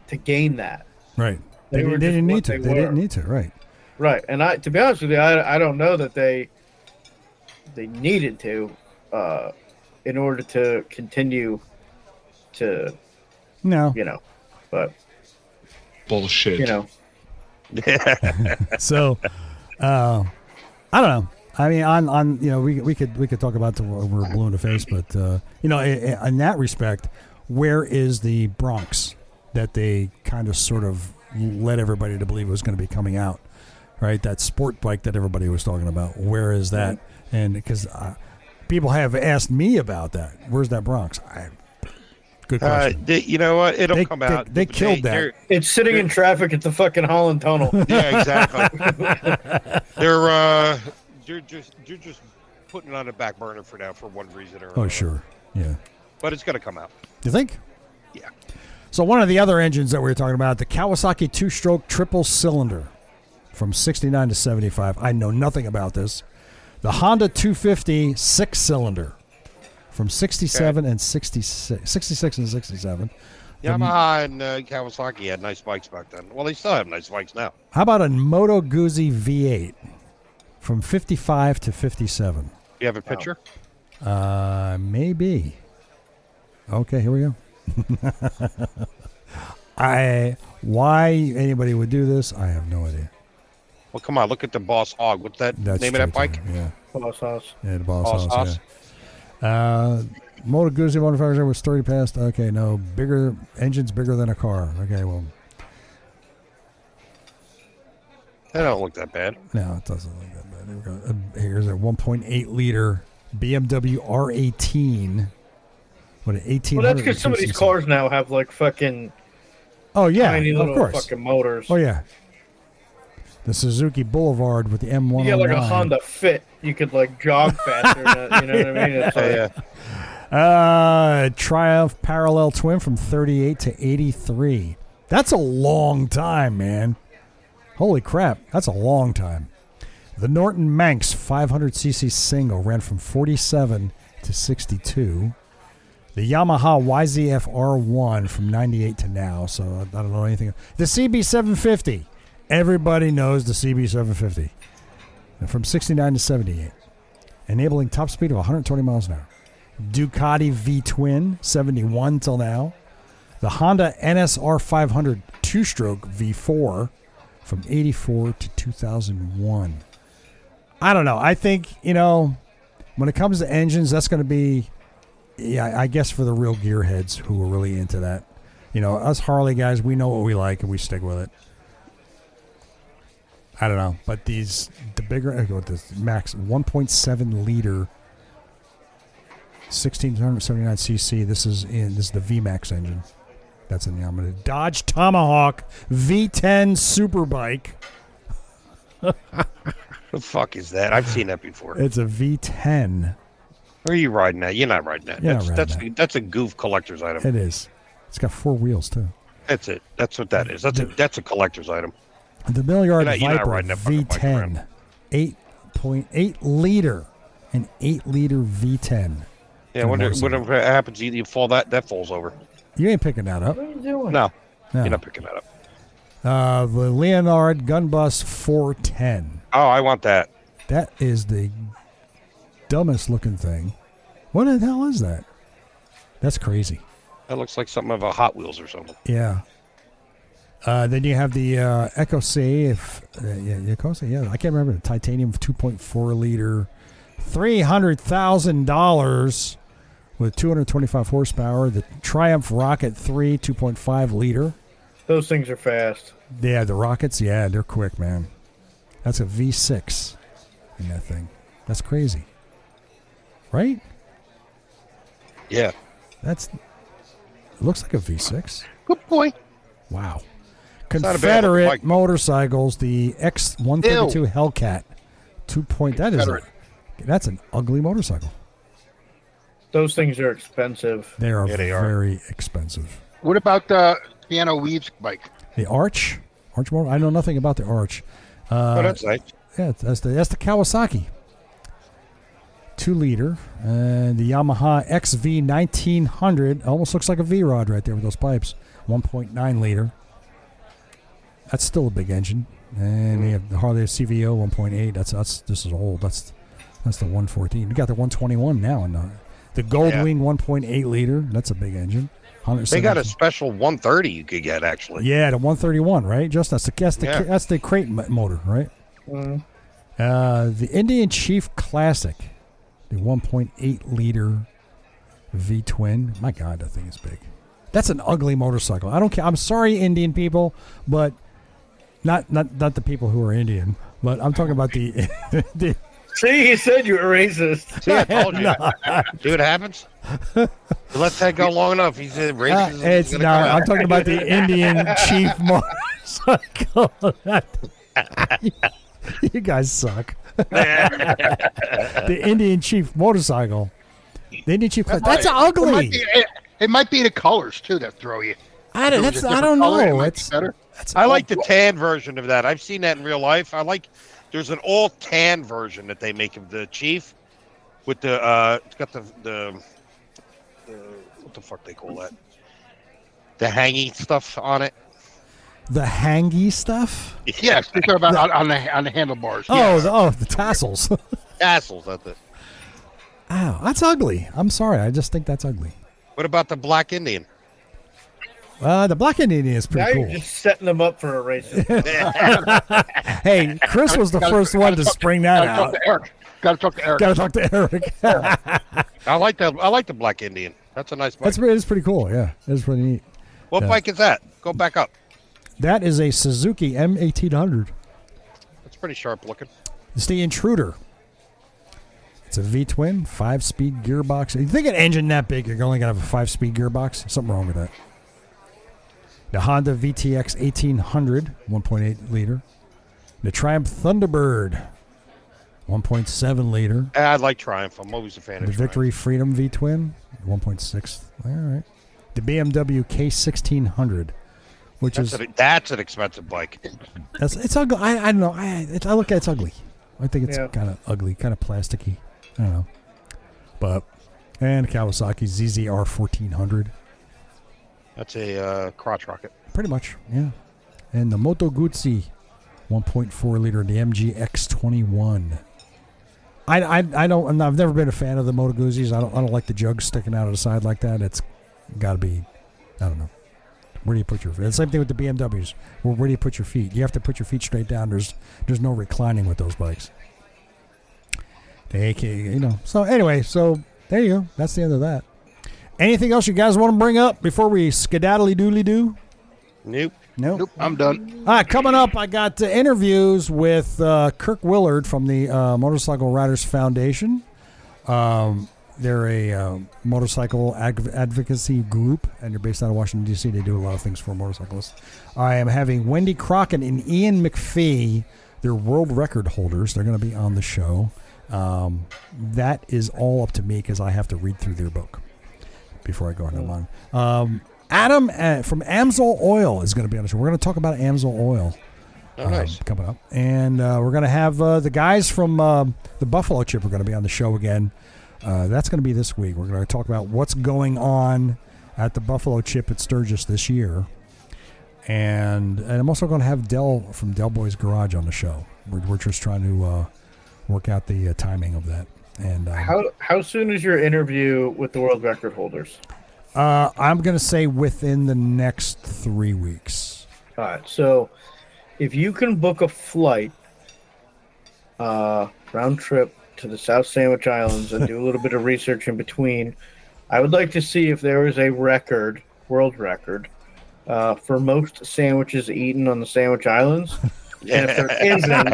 to gain that
Right. They,
They
didn't-
were
they
just
didn't
what
need to.
they
They didn't
were.
need to. Right.
right and i to be honest with you i, I don't know that they they needed to uh in order to continue to
No.
you know but
Bullshit.
you know
so uh, I don't know. I mean, on on you know, we, we could we could talk about the we're blue in the face, but uh, you know, in, in that respect, where is the Bronx that they kind of sort of led everybody to believe was going to be coming out, right? That sport bike that everybody was talking about. Where is that? And because uh, people have asked me about that. Where's that Bronx? I, good
Uh,
question.
they- you know what? It'll
They-
come
they-
out.
they killed that.
they're-
it's sitting in traffic at the fucking holland tunnel
Yeah, exactly. they're uh, they're just they're just putting it on the back burner for now for one reason or another.
oh sure, yeah.
But it's gonna come out.
You think?
Yeah.
So one of the other engines that we were talking about, the Kawasaki two-stroke triple cylinder from 69 to 75. I know nothing about this. The Honda 250 six-cylinder from 67 and 66, 66 and 67.
Yamaha
mm-hmm.
and uh, Kawasaki had nice bikes back then. Well, they still have nice bikes now.
How about a Moto Guzzi V8 from 55 to 57?
You have a picture?
Uh, maybe. Okay, here we go. I why anybody would do this, I have no idea.
Well, come on, look at the Boss Hog. What's that
That's
name of that
straight
bike?
there, Yeah.
Boss house
Yeah, the boss
Boss
house.
Hoss.
Yeah. Uh, motor Guzzi manufacturer was 30 past. Okay, no. Bigger engines bigger than a car. Okay, well,
That don't look that bad.
no, it doesn't look that bad. Here we go. Uh, Here's a 1.8 liter BMW R18. What, an 18?
well that's because some of these cars now have like fucking
Oh, yeah.
tiny
Of
little
course.
fucking motors
Oh, yeah. The Suzuki Boulevard with the oh M1.
yeah, like a Honda Fit, you could like jog faster. than- you know what I mean? It's like,
Oh, yeah.
Uh, Triumph Parallel Twin from 38 to 83. That's a long time, man. Holy crap, that's a long time. The Norton Manx 500cc single ran from 47 to 62. The Yamaha YZF R1 from 98 to now, so I don't know anything. The CB750. Everybody knows the CB750. And From 69 to 78, enabling top speed of 120 miles an hour. Ducati V Twin, 71 till now. The Honda NSR 500 two stroke V4 from 84 to 2001. I don't know. I think, you know, when it comes to engines, that's going to be, yeah, I guess for the real gearheads who are really into that. You know, us Harley guys, we know what we like and we stick with it. I don't know. uh, But these, the bigger, I go with this max 1.7 liter 1679 cc. This is in this is the VMAX engine. That's in the I'm gonna Dodge Tomahawk V10 Superbike.
The fuck is that? I've seen that before.
It's a V10.
Where are you riding that? You're not riding that.
You're
that's
not riding
that's that's a goof collector's item.
It is. It's got four wheels too.
That's it. That's what that is. That's a that's a collector's item.
The Milliard
You're not- you're not
Viper
riding that fucking bike around.
V10, 8.8 liter, an 8 liter V10.
Yeah, I wonder
Awesome.
whatever happens, either you fall that that falls over.
You ain't picking that up.
What are you doing?
No,
No.
you're not picking that up.
Uh, the Leonard Gunbus 410.
Oh, I want that.
That is the dumbest looking thing. What the hell is that? That's crazy.
That looks like something of a Hot Wheels or something.
Yeah. Uh, then you have the uh, Echo Safe. Uh, yeah, the Echo Safe. Yeah, I can't remember. The titanium 2.4 liter, $300,000 with 225 horsepower. The Triumph Rocket 3, 2.5 liter.
Those things are fast.
Yeah, the rockets. Yeah, they're quick, man. That's a V6 in that thing. That's crazy, right? Uh,
Yeah,
That's looks like a V6.
Good boy.
Wow.
not a bad looking
Confederate
bike.
motorcycles, the X132 Hellcat, two point. That is a,
Confederate.
that's an ugly motorcycle.
Those things are expensive.
They are
Yeah, they are.
very expensive.
What about the piano weaves bike?
The Arch, Arch motor. I know nothing about the Arch.
oh, that's nice.
Yeah, that's the that's the Kawasaki. Two liter, and the Yamaha XV nineteen hundred almost looks like a V rod right there with those pipes. One point nine liter. That's still a big engine, and they have the Harley CVO one point eight. That's that's this is old. That's that's the one fourteen. You got the one twenty one now, and the the Goldwing Wing one point eight liter. That's a big engine.
They got a
170.
special 130 you could get actually.
Yeah, the 131, right? Just that's the that's the
Yeah.
that's the crate m- motor, right? Uh, the Indian Chief Classic, the 1.8 liter V twin. My God, that thing is big. That's an ugly motorcycle. I don't care. I'm sorry, Indian people, but not not not the people who are Indian, but I'm talking about the. the
See, he said you were racist.
See, I told you. See what happens? You Let that go long enough. He's a
uh,
racist.
it's not. I'm talking about the Indian Chief motorcycle. you guys suck. the Indian Chief motorcycle. The Indian Chief. Classic. That's
It might,
ugly.
be, it, it might be the colors too that throw you.
I
If
don't,
it was
that's,
a
I don't
different color, it
know.
might be
It's,
better.
that's
I like the tan version of that. I've seen that in real life. I like there's an all tan version that they make of the chief with the uh it's got the the, the what the fuck they call that? The hangy stuff on it.
the hangy stuff.
Yes, they talk about on, on the on the handlebars.
Oh, the, oh, the tassels.
Tassels at the
Ow, that's ugly. I'm sorry. I just think that's ugly.
what about the black Indian?
Uh, the black Indian is
Now
pretty
you're
cool.
just setting them up for a racist.
Hey, Chris was the first one to spring that
Gotta talk
out.
to Eric. Gotta talk to Eric.
Got to talk to Eric.
I like the I like the black Indian. That's a nice bike.
That's it's pretty cool. Yeah, it's pretty neat.
what
yeah.
bike is that? Go back up.
That is a Suzuki M1800.
That's pretty sharp looking.
It's the Intruder. It's a V twin, five speed gearbox. If you think an engine that big, you're only gonna have a five speed gearbox. Something wrong with that. The Honda VTX 1800, 1.8 liter. The Triumph Thunderbird, 1.7 liter.
Eh, I like Triumph. I'm always a fan
The
of Triumph.
Victory Freedom V twin, 1.6. All right. The BMW K1600, which
That's,
is
an, that's an expensive bike.
that's it's ugly. I, I don't know. I it's, I look at it's ugly. I think it's
Yeah.
kind of ugly, kind of plasticky. I don't know. But and Kawasaki ZZR fourteen hundred,
That's a uh, crotch rocket.
pretty much, yeah. And the Moto Guzzi, one point four liter, the MGX twenty one. I, I, I don't I'm not, I've never been a fan of the Moto Guzzis. I don't I don't like the jugs sticking out of the side like that. It's got to be, I don't know. Where do you put your feet? Same thing with the BMWs. Where, where do you put your feet? You have to put your feet straight down. There's there's no reclining with those bikes. They can, you know. So anyway, so there you go. That's the end of that. Anything else you guys want to bring up before we skedaddly doodly doo?
Nope.
No.
Nope, I'm done.
All right, coming up, I got uh, interviews with uh, Kirk Willard from the uh, Motorcycle Riders Foundation. Um, They're a um, motorcycle adv- advocacy group, and they're based out of Washington D.C. They do a lot of things for motorcyclists. I am having Wendy Crockett and Ian McPhee. They're world record holders. They're going to be on the show. Um, that is all up to me because I have to read through their book before I go on mine. Um, Adam uh, from Amsoil Oil is going to be on the show. We're going to talk about Amsoil Oil
Oh,
um,
nice.
coming up. And uh, we're going to have uh, the guys from um the Buffalo Chip are going to be on the show again. Uh, that's going to be this week. We're going to talk about what's going on at the Buffalo Chip at Sturgis this year. And, and I'm also going to have Dell from Dell Boys Garage on the show. We're, we're just trying to uh, work out the uh, timing of that. And um,
How how soon is your interview with the world record holders?
uh, I'm going to say within the next three weeks.
All right. So, if you can book a flight, uh, round trip to the South Sandwich Islands and do a little bit of research in between, I would like to see if there is a record, world record, uh, for most sandwiches eaten on the Sandwich Islands. And if there isn't,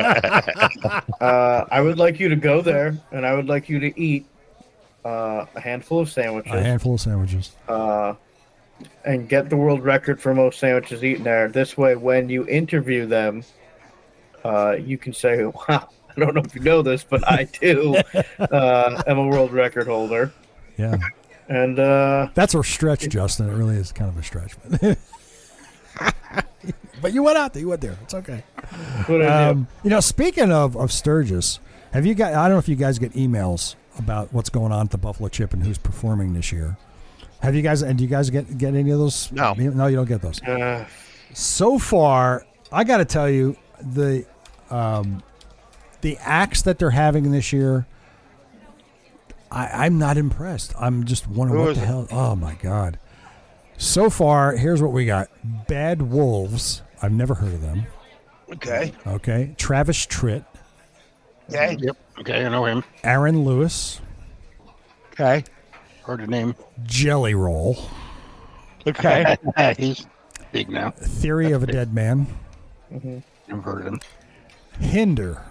uh, I would like you to go there and I would like you to eat uh, a handful of sandwiches
A handful of sandwiches.
uh, and get the world record for most sandwiches eaten there. This way, when you interview them, uh, you can say, wow, I don't know if you know this, but I do. uh, am a world record holder.
Yeah.
And uh,
That's a stretch, Justin. It really is kind of a stretch. But, but you went out there. You went there. It's okay.
what I do.
Um, you know, speaking of, of Sturgis, have you got? I don't know if you guys get emails about what's going on at the Buffalo Chip and who's performing this year. Have you guys? And do you guys get get any of those?
No.
no, you don't get those.
Uh,
So far, I got to tell you the um, the acts that they're having this year. I, I'm not impressed. I'm just wondering
Who
what
is
the
it?
hell. Oh my god! So far, here's what we got: Bad Wolves. I've never heard of them.
Okay.
Okay, Travis Tritt,
Okay.
Yep. Okay, I know him.
Aaron Lewis,
Okay.
Heard the name.
Jelly Roll,
Okay.
He's big now.
Theory of a Dead Man,
I've heard of him.
Hinder,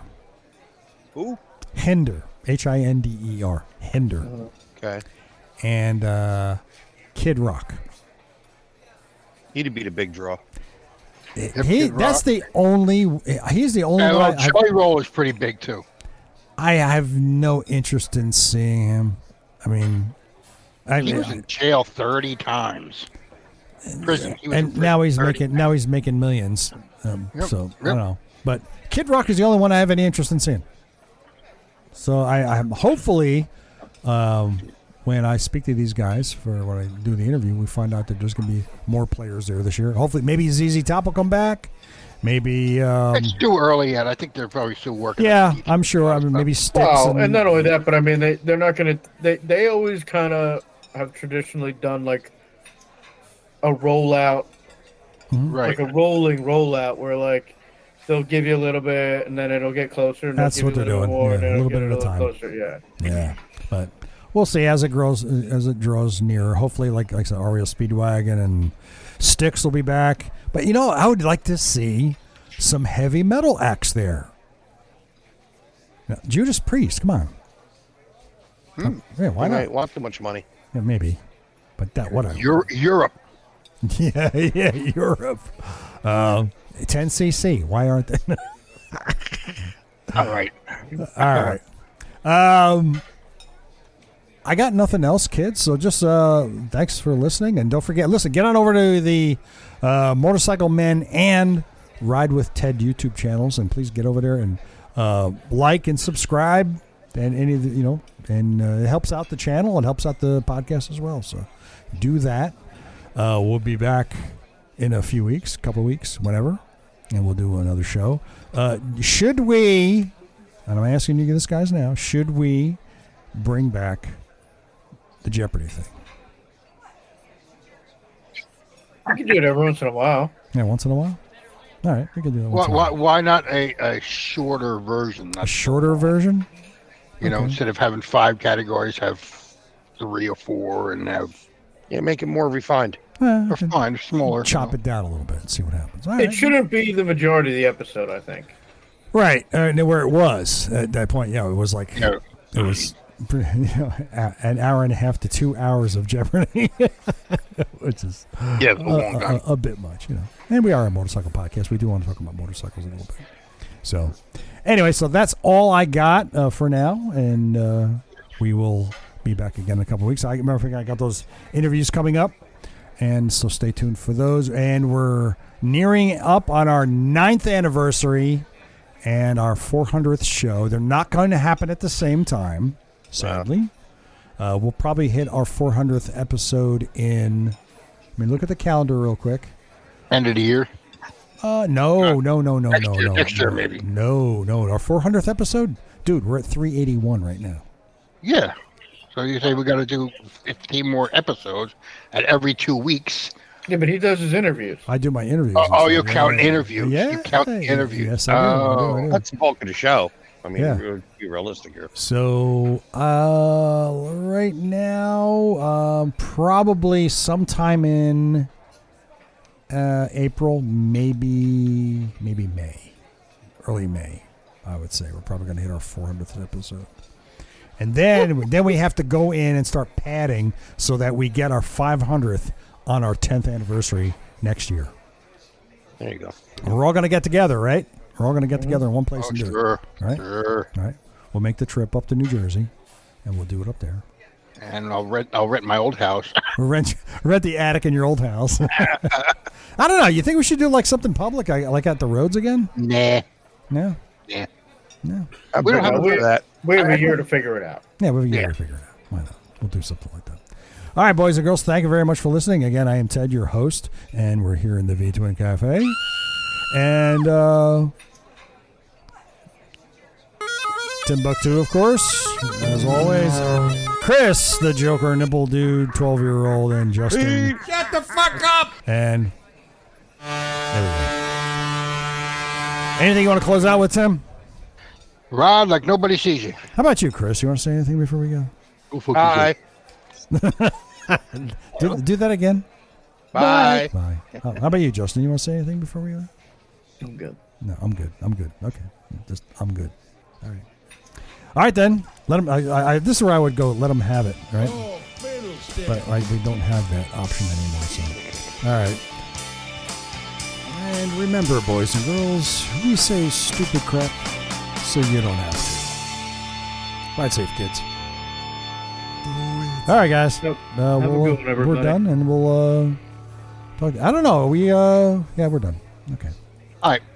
Who? Oh.
Hinder, H I N D E R, Hinder,
Okay.
and uh, Kid Rock.
He'd be the big draw.
He,
Kid
that's
Rock.
the only. He's the only
Yeah,
one
well,
I,
Jelly uh, Roll is pretty big too.
I have no interest in seeing him. I mean, I
He was in jail thirty times. Prison. He was in
and
prison
now he's
30
making now he's making millions. Um,
Yep,
So I
yep.
don't know, but Kid Rock is the only one I have any interest in seeing. So I, I'm hopefully, um, when I speak to these guys for when I do the interview, we find out that there's going to be more players there this year. Hopefully, maybe ZZ Top will come back. Maybe, um,
It's too early yet. I think they're probably still working. on
yeah,
it.
I'm sure. I mean, maybe Sticks.
well,
and,
and not only that, but I mean, they, they're not going to, they, they always kind of have traditionally done like a rollout
right.
like a rolling rollout where like they'll give you a little bit and then it'll get closer. And they'll
That's
give
what
you a
they're
little
doing,
More,
yeah,
and
a
it'll
little
get
bit at a time.
Closer, yeah.
Yeah, but we'll see as it grows as it draws near. Hopefully, like like I said, Ariel Speedwagon and Sticks will be back. But you know, I would like to see some heavy metal acts there. Now, Judas Priest, come on.
Hmm.
Yeah, why
I
not?
might want too much money.
Yeah, maybe. But that what a
Euro- Europe.
yeah yeah Europe. Um, 10cc. Why aren't they?
All right.
All right. Um, I got nothing else, kids. So just uh, thanks for listening, and don't forget, listen, get on over to the uh, Motorcycle Men and Ride with Ted YouTube channels, and please get over there and uh, like and subscribe, and any of the, you know, and uh, it helps out the channel, it helps out the podcast as well. So do that. Uh, we'll be back in a few weeks, couple of weeks, whenever, and we'll do another show. Uh, should we? and I'm asking you this guys now, should we bring back the Jeopardy thing?
You can do it every once in a while.
Yeah, once in a while? All right, we can do that
Why,
once in a
why,
while.
why not a, a shorter version?
A shorter version?
you know, instead of having five categories, have three or four, and have
Yeah, make it more refined.
Eh,
or fine, smaller.
chop it down a little bit and see what happens. All
It
right.
shouldn't be the majority of the episode, I think.
Right. Uh, and where it was at that point, yeah, it was like
Yeah.
it was an hour and a half to two hours of Jeopardy, which is
Yeah, it's a long
a-
time.
a, a bit much, you know. And we are a motorcycle podcast. We do want to talk about motorcycles a little bit. So, anyway, so that's all I got uh, for now, and uh, we will be back again in a couple of weeks. I remember I got those interviews coming up, and so stay tuned for those. And we're nearing up on our ninth anniversary and our 400th show. They're not going to happen at the same time, sadly. Uh, we'll probably hit our 400th episode in. I mean, look at the calendar real quick.
End of the year.
Uh, no, no, no, no,
next
no,
year-
no.
next year
no,
maybe.
No, no. Our 400th episode, dude. We're at 381 right now.
Yeah. So you say we got to do 15 more episodes at every two weeks.
Yeah, but he does his interviews.
I do my interviews.
Oh,
and
oh,
stuff.
you count
Yeah.
interviews.
Yeah,
You count the interviews.
Yes, I do. I do, I
Oh.
do.
That's the bulk of the show. I mean,
Hmm. Yeah.
re- be realistic here.
So, uh, right now, um, probably sometime in uh, April, maybe maybe May, early May, I would say we're probably going to hit our 400th episode, and then then we have to go in and start padding so that we get our 500th on our 10th anniversary next year.
There you go.
We're all going to get together, right? We're all going to get together in one place
Oh,
and do it.
sure.
Right.
Sure.
All right. We'll make the trip up to New Jersey and we'll do it up there.
And I'll rent. I'll rent my old house.
We'll rent, rent the attic in your old house. I don't know. You think we should do like something public, like like at the roads again?
nah.
No.
Yeah.
No.
We don't have to
Well, Uh, we,
do that.
we have a year to figure it out.
Yeah, we've got
Yeah.
to figure it out. Why not? We'll do something like that. All right, boys and girls, thank you very much for listening. Again, I am Ted, your host, and we're here in the V Twin Cafe. And uh, Timbuktu, of course, as always. Chris, the Joker, nipple dude, 12 year old, and Justin. Shut the fuck up! And there we go. Anything you want to close out with, Tim?
Rod, like nobody sees you.
How about you, Chris? You want to say anything before we go?
Go fuck
Bye.
Do, do that again.
Bye.
Bye. How how about you, Justin? You want to say anything before we uh, go?
I'm good.
No, I'm good. I'm good. Okay, just I'm good. All right. All right then. Let them. I, I, I, this is where I would go. Let them have it. Right. But I, we don't have that option anymore. So, all right. And remember, boys and girls, we say stupid crap so you don't have to. Ride safe, kids. All right, guys.
Nope.
Uh,
Have a
we'll,
good one,
we're
everybody.
done, and we'll uh, talk. I don't know. Are we uh, yeah, we're done. Okay.
All right.